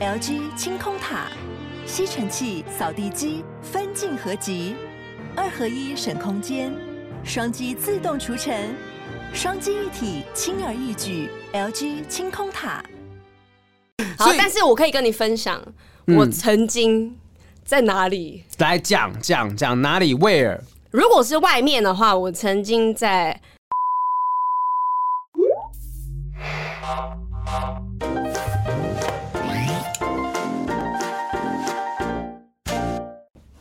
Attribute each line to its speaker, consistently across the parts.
Speaker 1: LG 清空塔、吸尘器、扫地机分镜合集，二合一省空间，双击自动除尘，双击一体轻而易举。LG 清空塔。
Speaker 2: 好
Speaker 3: 所以，嗯
Speaker 2: 但是我可以跟你分享，我曾经在哪里。
Speaker 3: 来讲讲讲哪里 where
Speaker 2: 如果是外面的话，我曾经在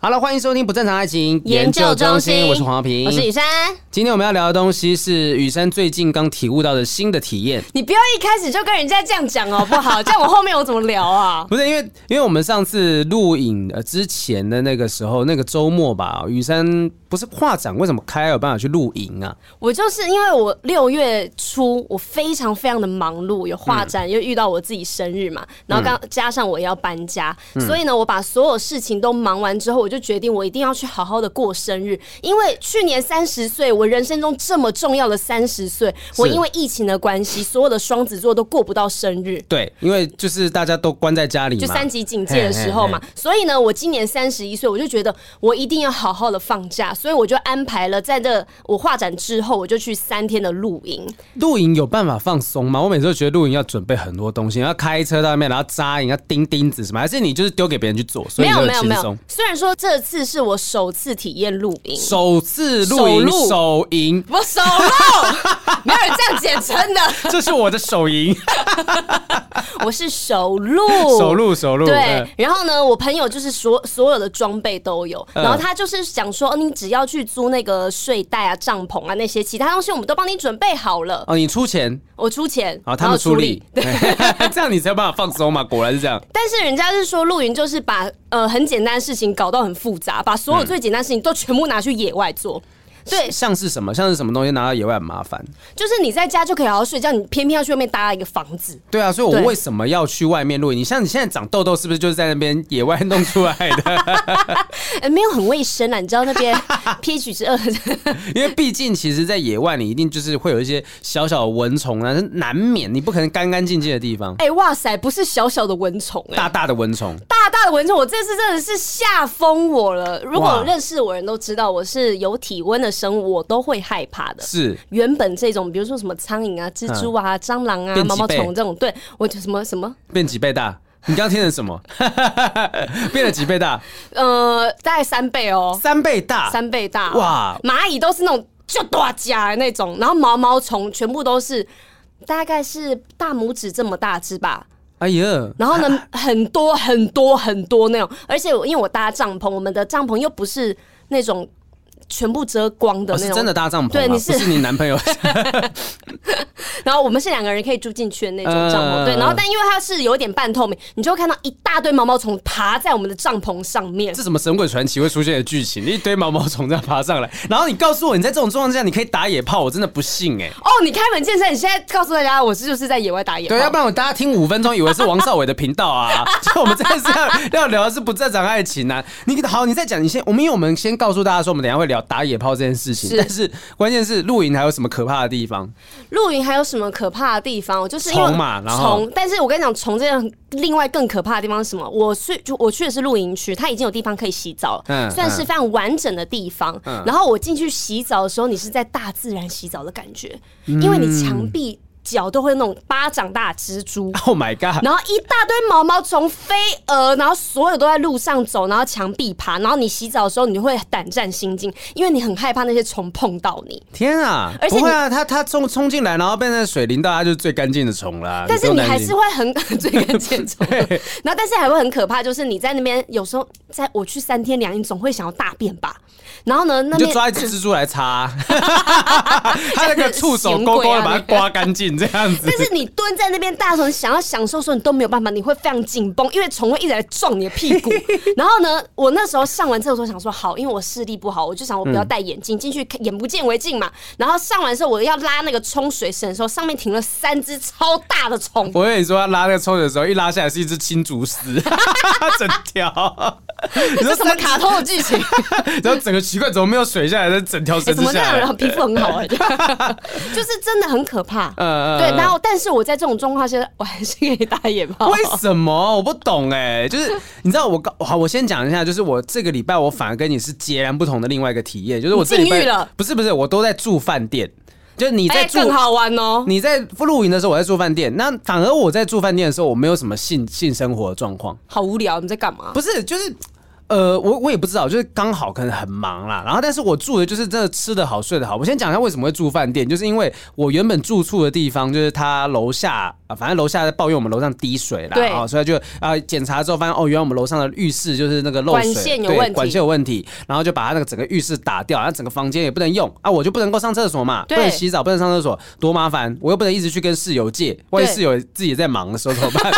Speaker 3: 好了，欢迎收听不正常爱情我是黄浩平，
Speaker 2: 我是雨珊。
Speaker 3: 今天我们要聊的东西是雨珊最近刚体悟到的新的体验。
Speaker 2: 你不要一开始就跟人家这样讲哦好 不好？这样我后面我怎么聊啊？
Speaker 3: 不是因为，因为我们上次录影呃之前的那个时候，那个周末吧，雨珊不是跨展，为什么开尔办法去露营啊？
Speaker 2: 我就是因为我六月初我非常非常的忙碌，有画展，
Speaker 3: 嗯
Speaker 2: 又遇到我自己生日嘛，然后刚加上我也要搬家，
Speaker 3: 嗯
Speaker 2: 所以呢，我把所有事情都忙完之后，我就决定我一定要去好好的过生日，因为去年三十岁，我人生中这么重要的三十岁，我因为疫情的关系，所有的双子座都过不到生日。
Speaker 3: 对，因为就是大家都关在家里嘛，
Speaker 2: 就三级警戒的时候嘛，
Speaker 3: 嘿嘿
Speaker 2: 所以呢，我今年三十一岁，我就觉得我一定要好好的放假，所以我就安排了在这我画展之后，我就去三天的露营。
Speaker 3: 嘿露营有办法放松吗？我每次都觉得露营要准备很多东西，要开车到外面，然后扎营，要钉钉子什么，还是你就是丢给别人去做，所以
Speaker 2: 没
Speaker 3: 你就
Speaker 2: 有没有
Speaker 3: 轻
Speaker 2: 没有
Speaker 3: 松。，
Speaker 2: 虽然说这次是我首次体验露营，
Speaker 3: 首次露营
Speaker 2: 手露
Speaker 3: 手 营，
Speaker 2: 我手露，没有人这样简称 的，
Speaker 3: 这是我的手 营，
Speaker 2: 我是手露，
Speaker 3: 手露手露。
Speaker 2: 哦对
Speaker 3: 嗯，
Speaker 2: 然后呢，我朋友就是所所有的装备都有，
Speaker 3: 嗯
Speaker 2: 然后他就是想说，哦，你只要去租那个睡袋啊、帐篷啊那些，其他东西我们都帮你准备好了，
Speaker 3: 哦，你出钱，
Speaker 2: 我出钱，
Speaker 3: 啊，
Speaker 2: 然
Speaker 3: 他
Speaker 2: 后
Speaker 3: 们出
Speaker 2: 出
Speaker 3: 力， 这样你才有办法放松嘛。果然是这样。
Speaker 2: 但是人家是说露营就是把呃很简单的事情搞到很复杂，把所有最简单的事情都全部拿去野外做。对，
Speaker 3: 像嗯是什么，像是什么东西拿到野外很麻烦。
Speaker 2: 就是你在家就可以好好睡觉，你偏偏要去外面搭一个房子。
Speaker 3: 对啊，所以我
Speaker 2: 对
Speaker 3: 为什么要去外面露营？你像你现在长痘痘，是不是就是在那边野外弄出来 的？
Speaker 2: 呃，没有很卫生啊，你知道那边 pH 值二，
Speaker 3: 因为毕竟其实，在野外你一定就是会有一些小小的蚊虫啊，是难免，你不可能干干净净的地方，
Speaker 2: 哎、哇塞，不是小小的蚊虫哎、
Speaker 3: 大大的蚊虫。
Speaker 2: 大大的蚊虫，我这次真的是吓疯我了。如
Speaker 3: 哇
Speaker 2: 果认识我的人都知道，我是有体温的生物，我都会害怕的。
Speaker 3: 是
Speaker 2: 原本这种，比如说什么苍蝇啊、蜘蛛啊、蟑螂啊、
Speaker 3: 变几
Speaker 2: 毛毛
Speaker 3: 倍
Speaker 2: 虫这种，对我就什么什么
Speaker 3: 变几倍大？你刚刚听的什么？ 变了几倍大？
Speaker 2: 呃，大概三倍哦，
Speaker 3: 三倍大。
Speaker 2: 三倍大、
Speaker 3: 啊哇
Speaker 2: 哇！蚂蚁都是那种就大家那种，然后毛毛虫全部都是大概是大拇指这么大只吧。
Speaker 3: 哎呀，
Speaker 2: 然后 呢，很多很多很多那种，而且我因为我搭帐篷，我们的帐篷又不是那种全部遮光的
Speaker 3: 我
Speaker 2: 那
Speaker 3: 哦是
Speaker 2: 种，
Speaker 3: 真的搭帐篷吗？啊
Speaker 2: 对你是
Speaker 3: 不是你男朋 友？
Speaker 2: 然后我们是两个人可以住进去的那种
Speaker 3: 嗯
Speaker 2: 帐篷，对。然后
Speaker 3: 嗯
Speaker 2: 但因为它是有点半透明，你就会看到一大堆毛毛虫爬在我们的帐篷上面
Speaker 3: 这。什么神鬼传奇会出现的剧情？一堆毛毛虫这样爬上来，然后你告诉我你在这种状况下你可以打野炮，我真的不信哎、
Speaker 2: 哦，你开门见山，你现在告诉大家，我是就是在野外打野炮。
Speaker 3: 对，要不然我大家听五分钟以为是王少伟的频道 啊。就我们这次要要聊的是不正常爱情啊。你好，你再讲，你先，我们因为我们先告诉大家说，我们等一下会聊打野炮这件事情，
Speaker 2: 是
Speaker 3: 但是关键是露营还有什么可怕的地方？
Speaker 2: 露营还有什么可怕的地方？就是因为
Speaker 3: 虫嘛然后
Speaker 2: 虫但是我跟你讲，虫这样另外更可怕的地方是什么？我去就我去的是露营区，它已经有地方可以洗澡了，
Speaker 3: 嗯
Speaker 2: 算是非常完整的地方。然后我进去洗澡的时候，你是在大自然洗澡的感觉，
Speaker 3: 嗯
Speaker 2: 因为你墙壁脚都会有那种巴掌大的蜘蛛。
Speaker 3: Oh my god！
Speaker 2: 然后一大堆毛毛虫、飞蛾，然后所有都在路上走，然后墙壁爬，然后你洗澡的时候，你就会胆战心惊，因为你很害怕那些虫碰到你。
Speaker 3: 天啊，
Speaker 2: 而且
Speaker 3: 不会啊，它它冲冲进来，然后变成水淋到，它就是最干净的虫啦。
Speaker 2: 但是
Speaker 3: 不用
Speaker 2: 你
Speaker 3: 担
Speaker 2: 还
Speaker 3: 心
Speaker 2: 是会很 最跟 见虫，然后但是还会很可怕，就是你在那边有时候在我去三天两夜，你总会想要大便吧？然后呢，那
Speaker 3: 你就
Speaker 2: 边
Speaker 3: 抓一只蜘蛛来擦、 它那个触手勾勾的把它刮干净，这样子
Speaker 2: 啊但。是你蹲在那边大的时候，你想要享受的时候，你都没有办法，你会非常紧绷，因为虫会一直来撞你的 屁股。然后呢，我那时候上完厕所想说好，因为我视力不好，我就想我不要戴眼镜进去，看眼不见为净嘛。然后上完之后，我要拉那个冲水绳的时候，上面停了三只超大的虫，
Speaker 3: 我跟你说，他拉那个抽水的时候，一拉下来是一只青竹丝，整条。你说
Speaker 2: 这什么
Speaker 3: 三
Speaker 2: 卡通的剧情？
Speaker 3: 然后整个奇怪，怎么没有水下来？但整条绳
Speaker 2: 欸
Speaker 3: 子
Speaker 2: 怎么那
Speaker 3: 下
Speaker 2: 样
Speaker 3: 来
Speaker 2: 人，皮肤很 好啊？就是真的很可怕。
Speaker 3: 呃
Speaker 2: 对，然后但是我在这种状况下，我还是给你打野炮。
Speaker 3: 为什么我不懂哎、就是你知道我刚好，我先讲一下，就是我这个礼拜我反而跟你是截然不同的另外一个体验，就是我这礼
Speaker 2: 你
Speaker 3: 拜
Speaker 2: 禁欲了
Speaker 3: 不是不是，我都在住饭店，就是你在
Speaker 2: 哎，
Speaker 3: 住、
Speaker 2: 更好玩哦。
Speaker 3: 你在露营的时候我在住饭店，那反而我在住饭店的时候我没有什么性性生活的状况，
Speaker 2: 好无聊，你在干嘛？
Speaker 3: 不是就是。呃，我我也不知道，就是刚好可能很忙啦。然后，但是我住的就是真的吃得好，睡得好。我先讲一下为什么会住饭店，就是因为我原本住处的地方，就是他楼下啊，反正楼下在抱怨我们楼上滴水啦，
Speaker 2: 对
Speaker 3: 啊、所以就啊检、查之后发现哦，原来我们楼上的浴室就是那个漏水，
Speaker 2: 管线有
Speaker 3: 对
Speaker 2: 问题
Speaker 3: 管线有问题，然后就把他那个整个浴室打掉，然后整个房间也不能用啊，我就不能够上厕所嘛，不
Speaker 2: 对
Speaker 3: 能洗澡，不能上厕所，多麻烦！我又不能一直去跟室友借，万一
Speaker 2: 对
Speaker 3: 室友自己在忙的时候怎么办？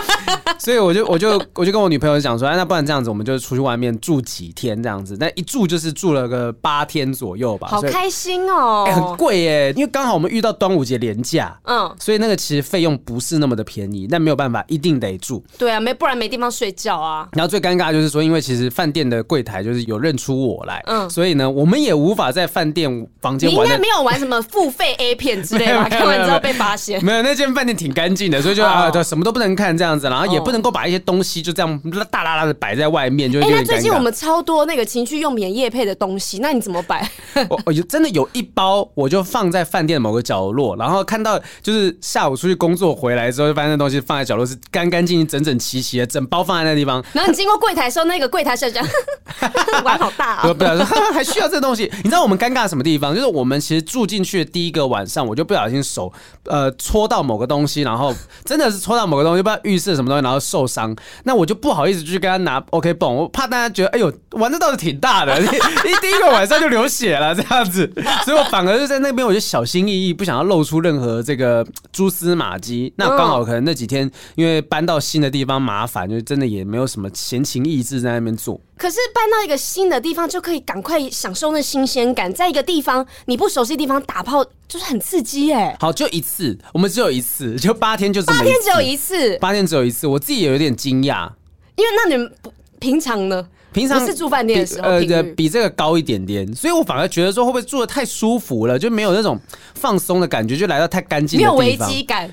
Speaker 3: 所以我就我就我就跟我女朋友讲说，哎，那不然这样子，我们就出去外面住几天这样子，那一住就是住了个八天左右吧，
Speaker 2: 好
Speaker 3: 啊所以、
Speaker 2: 开心
Speaker 3: 哎很
Speaker 2: 哦。
Speaker 3: 贵耶、因为刚好我们遇到端午节连假。
Speaker 2: 嗯，
Speaker 3: 所以那个其实费用不是那么的便宜，但没有办法，一定得住。
Speaker 2: 对啊，没不然没地方睡觉啊。
Speaker 3: 然后最尴尬的就是说，因为其实饭店的柜台就是有认出我来，
Speaker 2: 嗯
Speaker 3: 所以呢，我们也无法在饭店房
Speaker 2: 你
Speaker 3: 间
Speaker 2: 应
Speaker 3: 玩
Speaker 2: 该
Speaker 3: 的
Speaker 2: 没有玩什么付费 A 片之类吧？
Speaker 3: 没有没有
Speaker 2: 看完之
Speaker 3: 没有
Speaker 2: 后被发现。
Speaker 3: 没有，那间饭店挺干净的，所以就
Speaker 2: 哦
Speaker 3: 啊，对，什么都不能看这样子，然后也
Speaker 2: 哦
Speaker 3: 不能够把一些东西就这样大拉拉的摆在外面，就有
Speaker 2: 哎、
Speaker 3: 点
Speaker 2: 那
Speaker 3: 尴
Speaker 2: 最近我
Speaker 3: 尬。
Speaker 2: 们超多那个情趣用品业配的东西，那你怎么摆？
Speaker 3: 我我就真的有一包，我就放在饭店的某个角落，然后看到就是下午出去工作回来之后，就发现那东西放在角落是干干净净、整整齐齐的，整包放在那地方。
Speaker 2: 然后你经过柜台的时候，那个柜台小姐 玩好大
Speaker 3: 我
Speaker 2: 哦。
Speaker 3: 不小心还需要 这东西，你知道我们尴尬什么地方？就是我们其实住进去的第一个晚上，我就不小心手呃戳到某个东西，然后真的是戳到某个东西，不知道浴室什么东西，然后受伤，那我就不好意思去跟他拿 OK 泵，我怕大家觉得哎呦玩的倒是挺大 的，一一第一个晚上就流血了这样子，所以我反而就在那边我就小心翼翼，不想要露出任何这个蛛丝马迹。那刚好可能那几天因为搬到新的地方麻烦，就真的也没有什么闲情逸致在那边做。
Speaker 2: 可是搬到一个新的地方，就可以赶快享受那新鲜感。在一个地方你不熟悉的地方打炮，就是很刺激耶、
Speaker 3: 好，就一次，我们只有一次，就八天就这么
Speaker 2: 八天只有
Speaker 3: 次
Speaker 2: 一次，
Speaker 3: 八天只有一次，我自己也有点惊讶。
Speaker 2: 因为那你们不平常呢？
Speaker 3: 平常
Speaker 2: 不是住饭店的时候
Speaker 3: 比
Speaker 2: 频
Speaker 3: 呃，
Speaker 2: 率
Speaker 3: 比这个高一点点，所以我反而觉得说，会不会住的太舒服了，就没有那种放松的感觉，就来到太干净
Speaker 2: 没
Speaker 3: 的
Speaker 2: 有
Speaker 3: 地
Speaker 2: 危
Speaker 3: 方，
Speaker 2: 机感，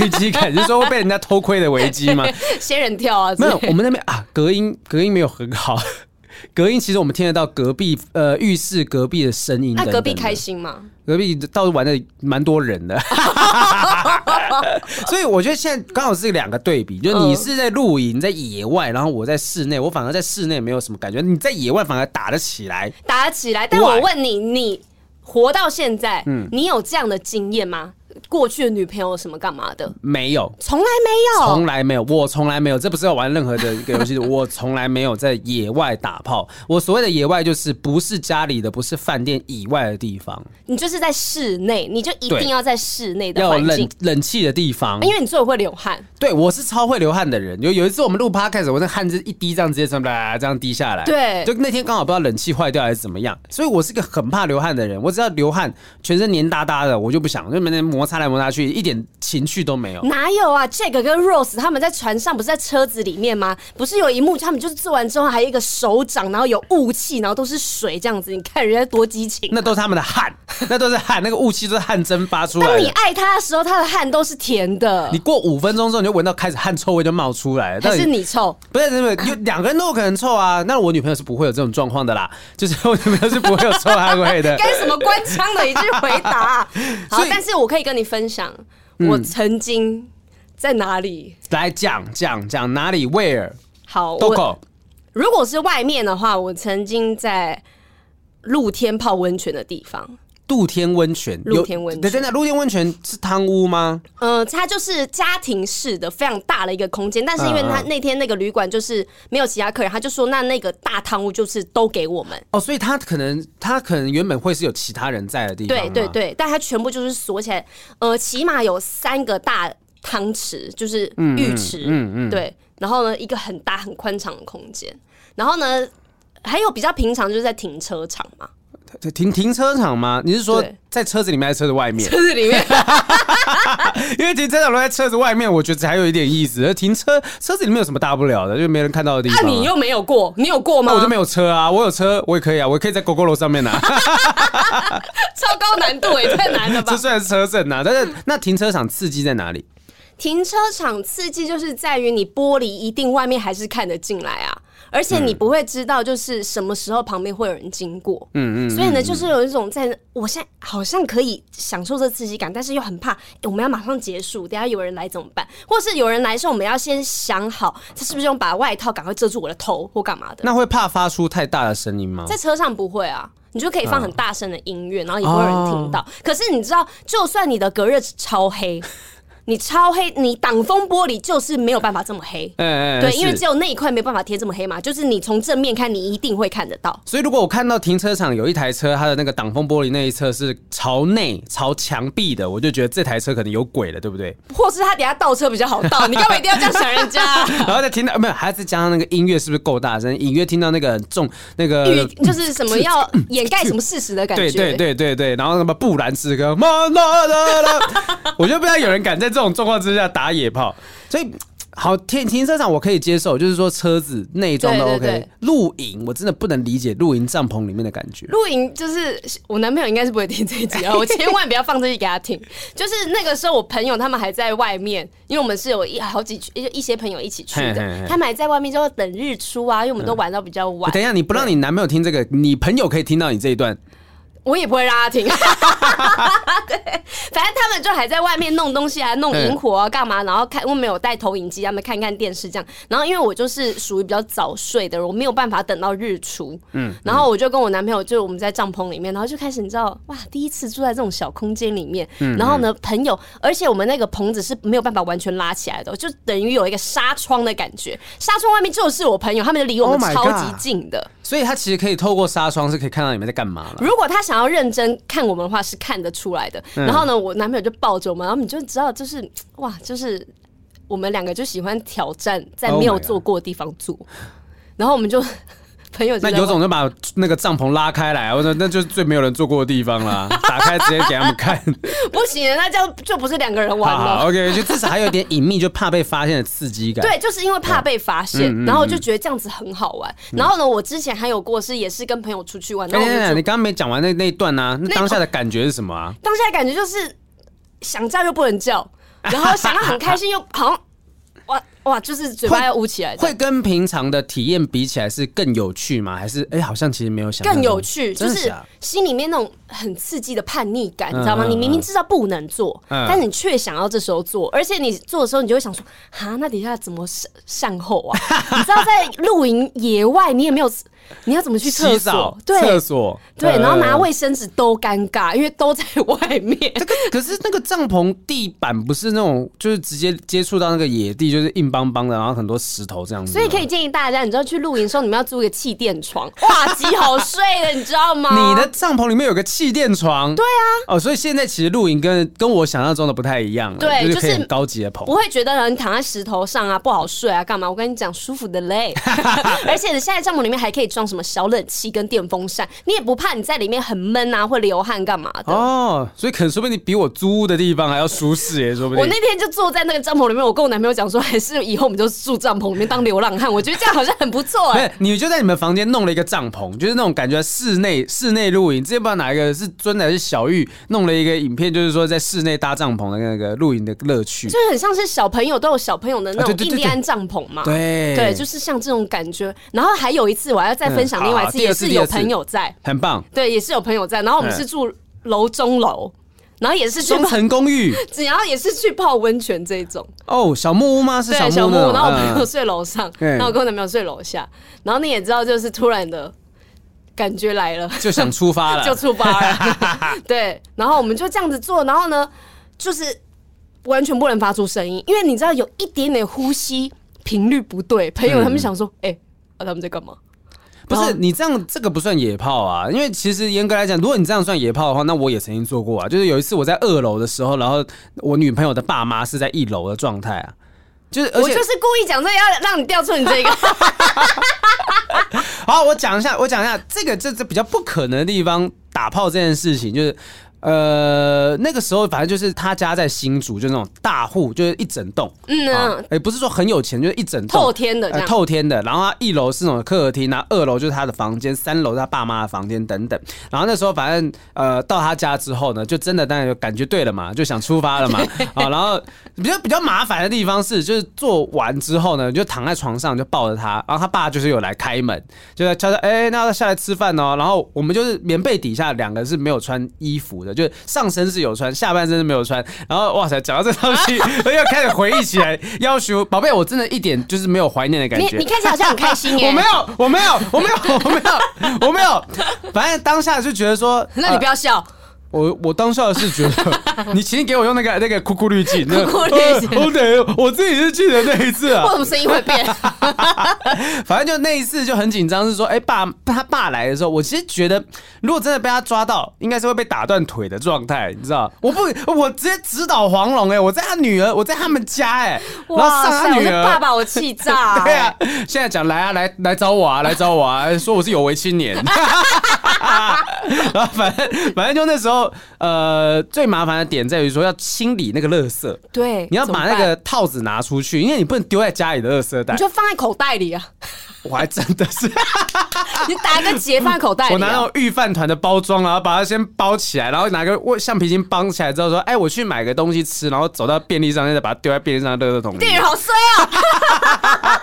Speaker 3: 危机感，就是说会被人家偷窥的危机 吗？
Speaker 2: 仙人跳啊之
Speaker 3: 没
Speaker 2: 类
Speaker 3: 有
Speaker 2: 的，，
Speaker 3: 我们那边啊，隔音隔音没有很好， 隔音其实我们听得到隔壁呃浴室隔壁的声音
Speaker 2: 那
Speaker 3: 等等的
Speaker 2: 隔壁开心吗？
Speaker 3: 隔壁倒是玩的蛮多人 的，所以我觉得现在刚好是两个对比，就是你
Speaker 2: 嗯
Speaker 3: 是在露营，在野外，然后我在室内，我反而在室内没有什么感觉，你在野外反而打得起来。
Speaker 2: 打起来。但
Speaker 3: Why？
Speaker 2: 我问你，你活到现在，
Speaker 3: 嗯
Speaker 2: 你有这样的经验吗？过去的女朋友什么干嘛的，
Speaker 3: 没有，
Speaker 2: 从来没有。
Speaker 3: 从来没有，我从来没有，这不是要玩任何的一个游戏，我从来没有在野外打炮。我所谓的野外就是不是家里的，不是饭店以外的地方，
Speaker 2: 你就是在室内，你就一
Speaker 3: 对
Speaker 2: 定要在室内的
Speaker 3: 要
Speaker 2: 环
Speaker 3: 有冷
Speaker 2: 境，
Speaker 3: 冷气的地方。
Speaker 2: 因为你最后会流汗。
Speaker 3: 对我是超会流汗的人，有有一次我们录 podcast，我那汗是一滴这样直接从啦这样滴下来。
Speaker 2: 对
Speaker 3: 就那天刚好不知道冷气坏掉还是怎么样，所以我是个很怕流汗的人。我只要流汗，全身黏哒哒的，我就不想，就每天摩擦来摩擦去，一点情趣都没有。
Speaker 2: 哪有啊？Jack 跟 Rose 他们在船上不是在车子里面吗？不是有一幕，他们就是做完之后还有一个手掌，然后有雾气，然后都是水这样子。你看人家多激情啊、
Speaker 3: 那都是他们的汗，那都是汗，那个雾气都是汗蒸发出来
Speaker 2: 当你
Speaker 3: 的。
Speaker 2: 爱他的时候，他的汗都是甜的
Speaker 3: 你。过五分钟之后，你就闻到开始汗臭味就冒出来了。
Speaker 2: 还
Speaker 3: 但
Speaker 2: 是 你臭？
Speaker 3: 不是不是，有两个人都有可能臭啊。那我女朋友是不会有这种状况的啦，就是我女朋友是不会有臭汗味 的。
Speaker 2: 该什么官腔的一句回 答？好
Speaker 3: 啊所以，
Speaker 2: 但是我可以跟你分享，我曾经在哪里。
Speaker 3: 来讲讲讲哪里 where
Speaker 2: 好，
Speaker 3: 都
Speaker 2: 我
Speaker 3: 够。
Speaker 2: 如果是外面的话，我曾经在露天泡温泉的地方。
Speaker 3: 露天温泉，有
Speaker 2: 露天温泉
Speaker 3: 对，真的，露天温泉是汤屋吗？
Speaker 2: 呃，它就是家庭式的非常大的一个空间，但是因为他
Speaker 3: 嗯嗯
Speaker 2: 那天那个旅馆就是没有其他客人，他就说那那个大汤屋就是都给我们，
Speaker 3: 哦，所以他可能他可能原本会是有其他人在的地方吗，
Speaker 2: 对对对，但它全部就是锁起来，呃，起码有三个大汤池，就是浴池，
Speaker 3: 嗯嗯嗯
Speaker 2: 对，然后呢一个很大很宽敞的空间，然后呢还有比较平常就是在停车场嘛，
Speaker 3: 停停车场吗？你是说
Speaker 2: 对
Speaker 3: 在车子里面还是车子外面？
Speaker 2: 车子里面
Speaker 3: 因为停车场都在车子外面，我觉得还有一点意思。而停车车子里面有什么大不了的？就没人看到的地
Speaker 2: 啊，
Speaker 3: 方、
Speaker 2: 你又没有过，你有过吗？
Speaker 3: 那我就没有车啊，我有车我也可以啊，我可以在狗狗楼上面 拿、啊。
Speaker 2: 超高难度也太难了 吧
Speaker 3: 这？虽然是车震啊，但是那停车场刺激在哪里？
Speaker 2: 停车场刺激就是在于你玻璃一定外面还是看得进来啊，而且你不会知道就是什么时候旁边会有人经过，嗯嗯，所以呢，就是有一种在我现在好像可以享受这刺激感，但是又很怕、诶我们要马上结束，等一下有人来怎么办？或是有人来的时候，我们要先想好，他是不是用把外套赶快遮住我的头或干嘛的？
Speaker 3: 那会怕发出太大的声音吗？
Speaker 2: 在车上不会啊，你就可以放
Speaker 3: 嗯
Speaker 2: 很大声的音乐，然后也不会有人听
Speaker 3: 哦
Speaker 2: 到。可是你知道，就算你的隔热超黑， 你超黑，你挡风玻璃就是没有办法这么黑。
Speaker 3: 哎
Speaker 2: 对，因为
Speaker 3: 是
Speaker 2: 只有那一块没办法贴这么黑嘛，就是你从正面看，你一定会看得到。
Speaker 3: 所以，如果我看到停车场有一台车，它的那个挡风玻璃那一侧是朝内、朝墙壁的，我就觉得这台车可能有鬼了，对不 对？
Speaker 2: 或是他等下倒车比较好倒，你干嘛一定要这样想人家、
Speaker 3: 然后再听到没有，还要再加上那个音乐是不是够大声？隐约听到那个很重那
Speaker 2: 与
Speaker 3: 个。
Speaker 2: 就是什么要掩盖什么事实的感觉。
Speaker 3: 对对对对对，然后什么布兰诗歌，啦啦啦 啦我就不知道有人敢在这种状况之下打野炮，所以好停停车场我可以接受，就是说车子内装都
Speaker 2: 对
Speaker 3: OK，
Speaker 2: 对对
Speaker 3: 露营我真的不能理解露营帐篷里面的感觉。
Speaker 2: 露营就是我男朋友应该是不会听这一 集啊，我千万不要放这一集给他听。就是那个时候，我朋友他们还在外面，因为我们是有一好几一一些朋友一起去的，
Speaker 3: 嘿嘿嘿嗯
Speaker 2: 他们还在外面就要等日出啊，因为我们都玩到比较晚。
Speaker 3: 等一下，你不让你男朋友听这个，你朋友可以听到你这一段，
Speaker 2: 我也不会让他听。对，反正他们就还在外面弄东西啊，弄萤火啊，干嘛？然后看我没有带投影机，他们看看电视这样。然后因为我就是属于比较早睡的人，我没有办法等到日出。嗯，然后我就跟我男朋友，就我们在帐篷里面，然后就开始你知道，哇，第一次住在这种小空间里面。
Speaker 3: 嗯
Speaker 2: 然后呢，朋友，而且我们那个棚子是没有办法完全拉起来的，就等于有一个纱窗的感觉。纱窗外面就是我朋友，他们就离我们
Speaker 3: Oh my
Speaker 2: 超级
Speaker 3: God
Speaker 2: 近的。
Speaker 3: 所以他其实可以透过纱窗是可以看到你们在干嘛了。
Speaker 2: 如果他想要认真看我们的话，是看得出来的。
Speaker 3: 嗯
Speaker 2: 然后呢，我男朋友就抱着我们，然后你就知道，就是哇，就是我们两个就喜欢挑战在
Speaker 3: Oh my
Speaker 2: 没有做过的地方做，然后我们就 朋友就
Speaker 3: 哦那
Speaker 2: 在
Speaker 3: 有种就把那个帐篷拉开来，我说那就是最没有人坐过的地方 啦，打开直接给他们看。
Speaker 2: 不行，那这样就不是两个人玩
Speaker 3: 好
Speaker 2: 了。
Speaker 3: 好，OK，就至少还有一点隐秘，就怕被发现的刺激感。
Speaker 2: 对，就是因为怕被发
Speaker 3: 嗯
Speaker 2: 现，然后就觉得这样子很好玩。然后呢，我之前还有过是也是跟朋友出去玩，然
Speaker 3: 哎。
Speaker 2: 后我
Speaker 3: 等
Speaker 2: 们
Speaker 3: 等
Speaker 2: 就
Speaker 3: 等，你刚刚没讲完那那一段啊，那
Speaker 2: 那
Speaker 3: 当下的感觉是什么啊？
Speaker 2: 当下的感觉就是想叫又不能叫，然后想要很开心又好像哇哇，就是嘴巴要捂起来这样。
Speaker 3: 会跟平常的体验比起来是更有趣吗？还是哎、好像其实没有想象
Speaker 2: 更
Speaker 3: 中
Speaker 2: 有趣，就
Speaker 3: 嗯真的
Speaker 2: 是
Speaker 3: 假的
Speaker 2: 心里面那种很刺激的叛逆感，你知道吗？
Speaker 3: 嗯嗯
Speaker 2: 你明明知道不能做，
Speaker 3: 嗯
Speaker 2: 但你却想要这时候做，而且你做的时候，你就会想说：哈，那底下怎么善善后啊？ 你知道在露营野外，你也没有，你要怎么去厕
Speaker 3: 洗
Speaker 2: 所
Speaker 3: 澡？、
Speaker 2: 对
Speaker 3: 厕所
Speaker 2: 对，然后拿
Speaker 3: 呃
Speaker 2: 卫生纸都尴尬，因为都在外面。
Speaker 3: 这个可是那个帐篷地板不是那种，就是直接接触到那个野地，就是硬邦邦的，然后很多石头这样子。
Speaker 2: 所以可以。建议大家，你知道去露营的时候，你们要租一个气垫 床，哇，极好睡的，你知道吗？
Speaker 3: 你的帐篷里面有个气垫床，对啊，哦，所以现在其实露营跟跟我想象中的不太一样了，
Speaker 2: 对
Speaker 3: 就是可以
Speaker 2: 就是
Speaker 3: 很高级的棚
Speaker 2: 不。会觉得你躺在石头上啊不好睡啊干嘛？我跟你讲，舒服的 嘞。 而且你现在帐篷里面还可以装什么小冷气跟电风扇，你也不怕你在里面很闷啊，会流汗干嘛的。
Speaker 3: 哦，所以可能说不定比我租屋的地方还要舒适耶，说不定。
Speaker 2: 我那天就坐在那个帐篷里面，我跟我男朋友讲说，还是以后我们就住帐篷里面当流浪汉，我觉得这样好像很不错哎、
Speaker 3: 没有，你就在你们房间弄了一个帐篷，就是那种感觉室内室内露营。之前不知道哪一个是尊的还是小玉弄了一个影片，就是说在室内搭帐篷的那个露营的乐趣。
Speaker 2: 就很像是小朋友都有小朋友的那
Speaker 3: 啊对
Speaker 2: 种
Speaker 3: 对对
Speaker 2: 印第安帐篷嘛。
Speaker 3: 对
Speaker 2: 啊对，就是像这种感觉。然后还有一次，我还要再分享另外一次，
Speaker 3: 嗯好
Speaker 2: 也
Speaker 3: 第二次
Speaker 2: 是有
Speaker 3: 第二次
Speaker 2: 朋友在，
Speaker 3: 很棒，
Speaker 2: 对，也是有朋友在。然后我们
Speaker 3: 嗯
Speaker 2: 是住楼中楼，然后也是去
Speaker 3: 双层公寓。
Speaker 2: 只要也是去泡温泉这一种，
Speaker 3: 哦，小木屋吗？ 是
Speaker 2: 对，
Speaker 3: 木
Speaker 2: 小
Speaker 3: 屋
Speaker 2: 木
Speaker 3: 那
Speaker 2: 屋，
Speaker 3: 种。
Speaker 2: 然后我朋友
Speaker 3: 嗯
Speaker 2: 睡楼上，
Speaker 3: 嗯
Speaker 2: 然后我跟我男朋友睡楼下，然后你也知道，就是突然的感觉来了，
Speaker 3: 就想出发了，
Speaker 2: 就出发 了，对，然后我们就这样子做，然后呢，就是完全不能发出声音，因为你知道有一点点呼吸频率不对，朋友他们想说，
Speaker 3: 嗯
Speaker 2: 哎、啊他们在干嘛？
Speaker 3: 不
Speaker 2: 然后
Speaker 3: 是你这样，这个不算野炮啊。因为其实严格来讲，如果你这样算野炮的话，那我也曾经做过啊。就是有一次我在二楼的时候，然后我女朋友的爸妈是在一楼的状态啊，就是而
Speaker 2: 我
Speaker 3: 且
Speaker 2: 就是故意讲这个，要让你调 出你这个。
Speaker 3: 好，我讲一下，我讲一下这个这这比较不可能的地方。打炮这件事情，就是呃那个时候，反正就是他家在新竹，就是那种大户，就是一整栋，
Speaker 2: 嗯
Speaker 3: 啊
Speaker 2: 啊
Speaker 3: 也、不是说很有钱，就是一整栋
Speaker 2: 透天的这样
Speaker 3: 呃透天的。然后他一楼是那种客厅，然后二楼就是他的房间，三楼是他爸妈的房间等等。然后那时候反正呃到他家之后呢，就真的当然就感觉对了 嘛，就想出发了嘛啊。然后比较比较麻烦的地方是，就是做完之后呢，你就躺在床上就抱着他，然后他爸就是有来开门，就在敲敲，哎、那要下来吃饭哦。然后我们就是棉被底下两个是没有穿衣服的，就是上身是有穿，下半身是没有穿。然后哇塞，讲到这东西，我又开始回忆起来， 要求宝贝，我真的一点就是没有怀念的感
Speaker 2: 你
Speaker 3: 觉。
Speaker 2: 你看起来好像很开心耶、
Speaker 3: 我没有，我没有，我没有，我没有，我没有。反正当下就觉得说， 呃
Speaker 2: 那你不要笑，
Speaker 3: 我我当下是觉 得，你请给我用那个那个酷酷滤镜，那个
Speaker 2: 酷酷滤镜
Speaker 3: 呃我得我自己是记得那一次啊
Speaker 2: 为。什么声音会变？
Speaker 3: 反正就那一次就很紧张，是说，哎、爸，他爸来的时候，我其实觉得，如果真的被他抓到，应该是会被打断腿的状态，你知道？我不，我直接指导黄龙，哎，我在他女儿，我在他们家、哎，然后上他
Speaker 2: 我
Speaker 3: 女
Speaker 2: 这
Speaker 3: 儿，
Speaker 2: 爸爸我气 炸、
Speaker 3: 对啊，现在讲来啊，来来找我啊，来找我啊， 说我是有为青年。然后反正反正就那时候，呃，最麻烦的点在于说要清理那个垃圾，
Speaker 2: 对，
Speaker 3: 你要把那
Speaker 2: 怎么
Speaker 3: 个套子拿出去，因为你不能丢在家里的垃圾袋
Speaker 2: 办。你。就哎放在口袋里啊！
Speaker 3: 我还真的 是。
Speaker 2: 你打一个结放在口袋
Speaker 3: 啊
Speaker 2: 里、啊。
Speaker 3: 我拿那种御饭团的包装，然后把它先包起来，然后拿个我橡皮筋绑起来之后说：“哎，我去买个东西吃。”然后走到便利商店，再把它丢在便利商店的垃圾桶里
Speaker 2: 店。员好衰啊！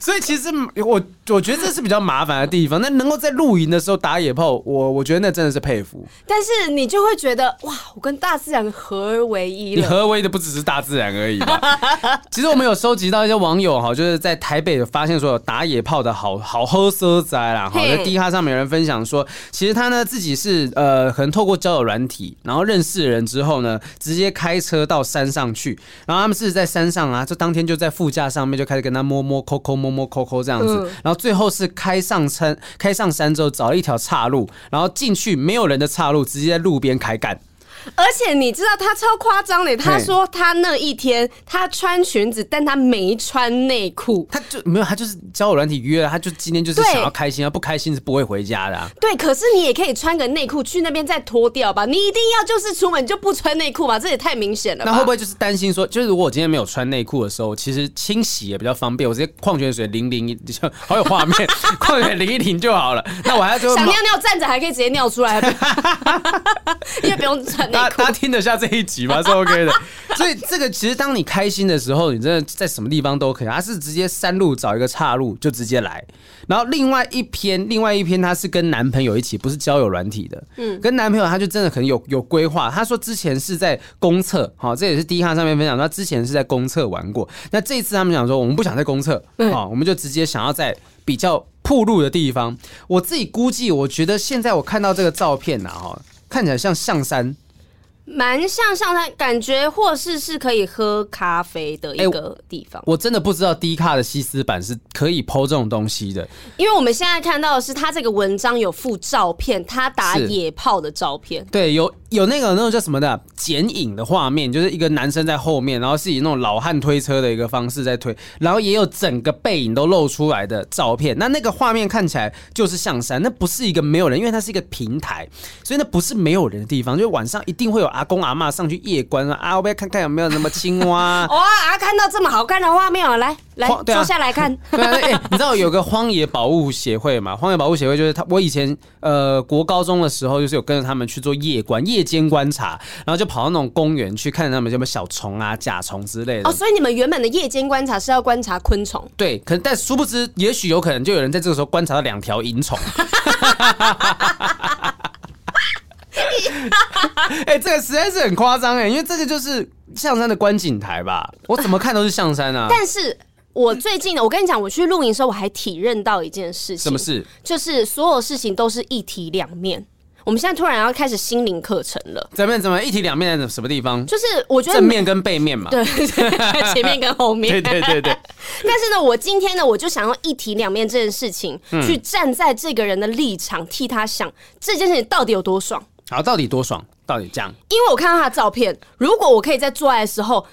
Speaker 3: 所以其实我我觉得这是比较麻烦的地方。那能够在露营的时候打野炮，我我觉得那真的是佩服。
Speaker 2: 但是你就会觉得哇，我跟大自然合而为一
Speaker 3: 你
Speaker 2: 了。
Speaker 3: 何为的不只是大自然而已吧？ 其实我们有收集到一些网友哈，就是在台北有发现说有打野炮的好好喝色灾啦哈，
Speaker 2: 嘿
Speaker 3: 在 D 咖上面有人分享说，其实他呢自己是呃，可能透过交友软体，然后认识人之后呢，直接开车到山上去，然后他们是在山上啊，就当天就在副驾上面就开始跟他摸摸抠抠摸摸抠抠这样子
Speaker 2: 嗯，
Speaker 3: 然后最后是开上山，开上山之后找一条岔路，然后进去没有人的岔路，直接在路边开干。
Speaker 2: 而且你知道他超夸张的，他说他那一天他穿裙子，但他没穿内裤。
Speaker 3: 他就没有，他就是交友软体约了，他就今天就是
Speaker 2: 对
Speaker 3: 想要开心，他不开心是不会回家的、啊。
Speaker 2: 对，可是你也可以穿个内裤去那边再脱掉吧。你一定要就是出门就不穿内裤吧？这也太明显了吧。
Speaker 3: 那会不会就是担心说，就是如果我今天没有穿内裤的时候，其实清洗也比较方便，我直接矿泉水淋淋，就好有画面， 矿泉水淋一淋就好了。那我还要就
Speaker 2: 想尿尿站着还可以直接尿 出来，因为不用穿内
Speaker 3: 大家
Speaker 2: 裤
Speaker 3: 大家。听得下这一集吗？是 OK 的。所以这个其实当你开心的时候，你真的在什么地方都可以。他是直接山路找一个岔路就直接来，然后另外一篇另外一篇他是跟男朋友一起，不是交友软体的，嗯，跟男朋友他就真的很有有规划。他说之前是在公厕，好、这也是第一上面分享，他之前是在公厕玩过。那这一次他们想说，我们不想在公厕，好、我们就直接想要在比较。铺路的地方，我自己估计，我觉得现在我看到这个照片呐、啊，哈，看起来像象山，
Speaker 2: 蛮像像他感觉，或是是可以喝咖啡的一个地方，
Speaker 3: 哎我真的不知道低卡的西斯版是可以剖这种东西的。
Speaker 2: 因为我们现在看到的是他这个文章有附照片，他打
Speaker 3: 是
Speaker 2: 野炮的照片，
Speaker 3: 对，有有那个那种叫什么的剪影的画面，就是一个男生在后面，然后是以那种老汉推车的一个方式在推，然后也有整个背影都露出来的照片。那那个画面看起来就是象山，那不是一个没有人，因为它是一个平台，所以那不是没有人的地方。就晚上一定会有阿公阿嬷上去夜观啊，我要看看有没有什么青蛙啊、
Speaker 2: 哇、啊！看到这么好看的画面哦，来来
Speaker 3: 晃对啊
Speaker 2: 坐下来看，
Speaker 3: 对啊，哎、你知道有个荒野保护协会嘛？荒野保护协会就是他，我以前呃国高中的时候，就是有跟着他们去做夜观、夜间观察，然后就跑到那种公园去看他们有没有小虫啊、甲虫之类的。
Speaker 2: 哦，所以你们原本的夜间观察是要观察昆虫，
Speaker 3: 对，可能但殊不知，也许有可能就有人在这个时候观察到两条蝇虫。哎、这个实在是很夸张哎，因为这个就是象山的观景台吧？我怎么看都是象山啊。
Speaker 2: 但是。我最近呢，我跟你讲，我去露营的时候，我还体认到一件事情，
Speaker 3: 什么事？
Speaker 2: 就是所有事情都是一体两面。我们现在突然要开始心灵课程了，
Speaker 3: 怎么怎么一体两面在什么地方？
Speaker 2: 就是我觉得
Speaker 3: 正面跟背面嘛。
Speaker 2: 对前面跟后面，
Speaker 3: 对对对 对，
Speaker 2: 但是呢，我今天呢，我就想要一体两面这件事情，
Speaker 3: 嗯
Speaker 2: 去站在这个人的立场替他想这件事情到底有多爽。
Speaker 3: 好，到底多爽？到底这样？
Speaker 2: 因为我看到他的照片，如果我可以在做爱的时候。呃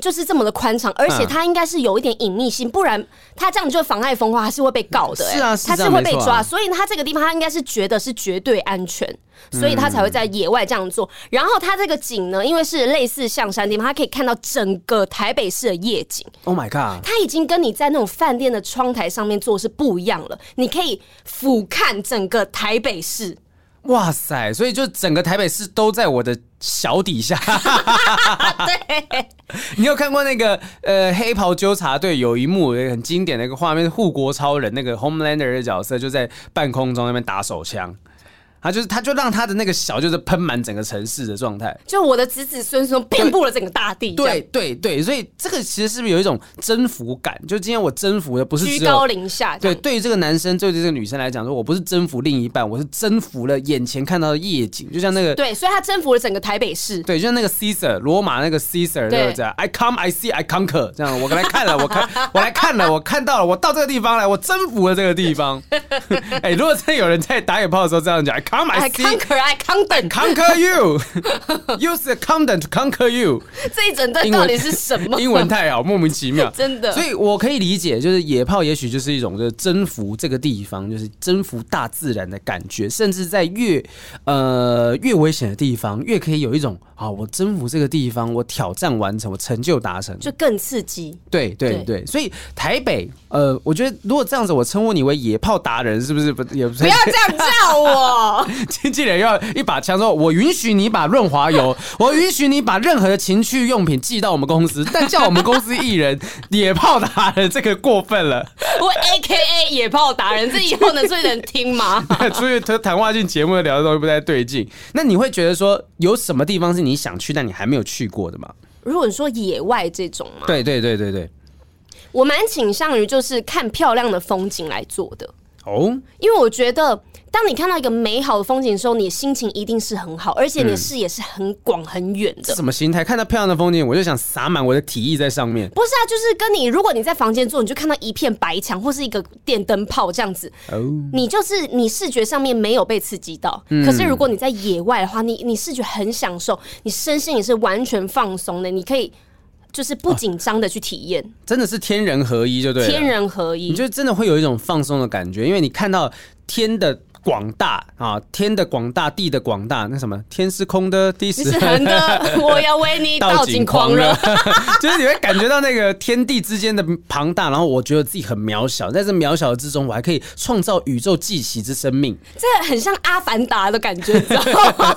Speaker 2: 就是这么的宽敞，而
Speaker 3: 嗯
Speaker 2: 且它应该是有一点隐秘性，不然它这样就妨碍风化，它是会被告的、欸。
Speaker 3: 是啊是
Speaker 2: 它
Speaker 3: 这
Speaker 2: 是
Speaker 3: 样
Speaker 2: 会被
Speaker 3: 没错啊
Speaker 2: 抓，所以它这个地方它应该是觉得是绝对安全，所以它才会在野外这样做。然后它这个景呢，因为是类似象山地方，它可以看到整个台北市的夜景。
Speaker 3: Oh my god！
Speaker 2: 它已经跟你在那种饭店的窗台上面坐是不一样了，你可以俯瞰整个台北市。
Speaker 3: 哇塞！所以就整个台北市都在我的脚底下。
Speaker 2: 对，
Speaker 3: 你有看过那个呃黑袍纠察队有一幕有一个很经典的一个画面，是护国超人那个 Homelander 的角色就在半空中那边打手枪。他就是，他就让他的那个小就是喷满整个城市的状态。
Speaker 2: 就我的子子孙孙遍布了整个大地，
Speaker 3: 对对对，所以这个其实是不是有一种征服感？就今天我征服的不是
Speaker 2: 这样，
Speaker 3: 只
Speaker 2: 居
Speaker 3: 有
Speaker 2: 高临下，
Speaker 3: 对，
Speaker 2: 对，
Speaker 3: 对于这个男生，对于这个女生来讲，说我不是征服另一半，我是征服了眼前看到的夜景，就像那个。
Speaker 2: 对，所以他征服了整个台北市。
Speaker 3: 对，就像那个 Caesar，罗马那个 Caesar，对不对？I come, I see, I conquer，这样我来看了，我看，我来看了，我看到了，我到这个地方来，我征服了这个地方。 哎，如果真的有人在打野炮的时候这样讲，I come, I
Speaker 2: I
Speaker 3: see,
Speaker 2: conquer, I
Speaker 3: 哎
Speaker 2: conquer，
Speaker 3: conquer you, use the condom to conquer you。
Speaker 2: 这一整段
Speaker 3: 英文
Speaker 2: 到底是什 么？
Speaker 3: 英文太好，莫名其妙，
Speaker 2: 真的
Speaker 3: 所以我可以理解，就是野炮也许就是一种就是征服这个地方，就是征服大自然的感觉，甚至在越呃越危险的地方，越可以有一种啊，我征服这个地方，我挑战完成，我成就达成。
Speaker 2: 就更刺 激。
Speaker 3: 对对对，所以台北，呃，我觉得如果这样子，我称呼你为野炮达人，是不是不也不是
Speaker 2: 不要这样叫我，
Speaker 3: 经纪人要一把枪说：“我允许你把润滑油，我允许你把任何的情趣用品寄到我们公司，但叫我们公司艺人野炮达人，这个过分了。
Speaker 2: 我 A K A 野炮达人，这以后能最能 听吗？
Speaker 3: 出去谈话性节目聊的东西不太对劲。那你会觉得说，有什么地方是你想去但你还没有去过的吗？
Speaker 2: 如果你说野外这种嘛，
Speaker 3: 对对对对对，
Speaker 2: 我蛮倾向于就是看漂亮的风景来做的，
Speaker 3: 哦，
Speaker 2: 因为我觉得当你看到一个美好的风景的时候，你心情一定是很好，而且
Speaker 3: 嗯
Speaker 2: 你的视野是很广很远的
Speaker 3: 这。什么心态？看到漂亮的风景，我就想洒满我的体液在上面。
Speaker 2: 不是啊，就是跟你，如果你在房间做，你就看到一片白墙或是一个电灯泡这样子，
Speaker 3: 哦，
Speaker 2: 你就是你视觉上面没有被刺激到。
Speaker 3: 嗯
Speaker 2: 可是如果你在野外的话，你你视觉很享受，你身心也是完全放松的，你可以就是不紧张的去体验，
Speaker 3: 真的是天人合一，就啊对了。啊
Speaker 2: 天人合一
Speaker 3: 你。就真的会有一种放松的感觉，因为你看到天的广大啊，天的广大，地的广大，那什么，天是空的，地
Speaker 2: 你
Speaker 3: 是
Speaker 2: 是横的，我要为你道尽狂热。，
Speaker 3: 就是你会感觉到那个天地之间的庞大，然后我觉得自己很渺小，在这渺小之中，我还可以创造宇宙记起之生命。
Speaker 2: 这很像《阿凡达》的感觉，你知道 吗？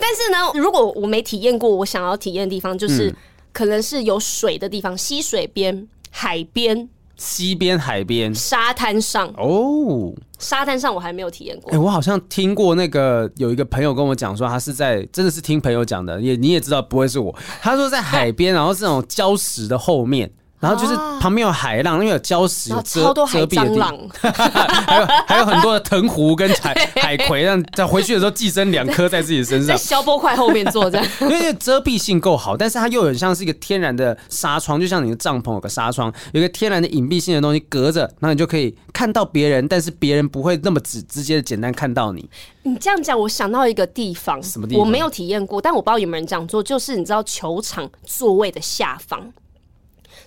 Speaker 2: 但是呢，如果我没体验过，我想要体验的地方就是、
Speaker 3: 嗯
Speaker 2: 可能是有水的地方，溪水边、海边、
Speaker 3: 西边海边，
Speaker 2: 沙滩上，
Speaker 3: 哦，
Speaker 2: 沙滩上我还没有体验过
Speaker 3: 哎、。我好像听过那个有一个朋友跟我讲说，他是在真的是听朋友讲的，也你也知道不会是我。他说在海边，然后是那种礁石的后面，然后就是旁边有海浪，因为有礁石有
Speaker 2: 哦然后
Speaker 3: 遮
Speaker 2: 超多海
Speaker 3: 遮蔽的
Speaker 2: 蟑
Speaker 3: 地
Speaker 2: 螂
Speaker 3: 方，， 还有还有很多的藤壶跟海海葵，让在回去的时候寄生两颗在自己身
Speaker 2: 在
Speaker 3: 上。
Speaker 2: 消波块后面坐着，
Speaker 3: 因为遮蔽性够好，但是它又很像是一个天然的纱窗，就像你的帐篷有个纱窗，有一个天然的隐蔽性的东西隔着，那你就可以看到别人，但是别人不会那么直直接的简单看到你。
Speaker 2: 你这样讲，我想到一个地方，
Speaker 3: 什么地方
Speaker 2: 我没有体验过，但我不知道有没有人这样做，就是你知道球场座位的下方。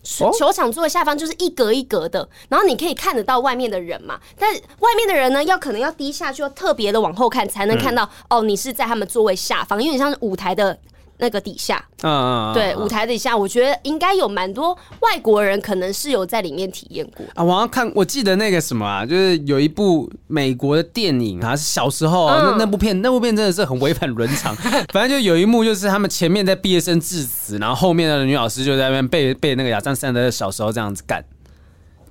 Speaker 2: 球
Speaker 3: 哦
Speaker 2: 球场座位下方就是一格一格的，然后你可以看得到外面的人嘛。但外面的人呢，要可能要低下去，要特别的往后看，才
Speaker 3: 嗯
Speaker 2: 能看到、哦，你是在他们座位下方，有点像是舞台的那个底下。
Speaker 3: 嗯嗯，嗯
Speaker 2: 对，
Speaker 3: 嗯
Speaker 2: 舞台底下，我觉得应该有蛮多外国人可能是有在里面体验过。
Speaker 3: 啊，我好像看，我记得那个什么啊，就是有一部美国的电影啊，是小时候、
Speaker 2: 嗯
Speaker 3: 那那部片，那部片真的是很违反伦 常。反正就有一幕，就是他们前面在毕业生致辞，然后后面的女老师就在那边被被那个亚当·山德勒小时候这样子干，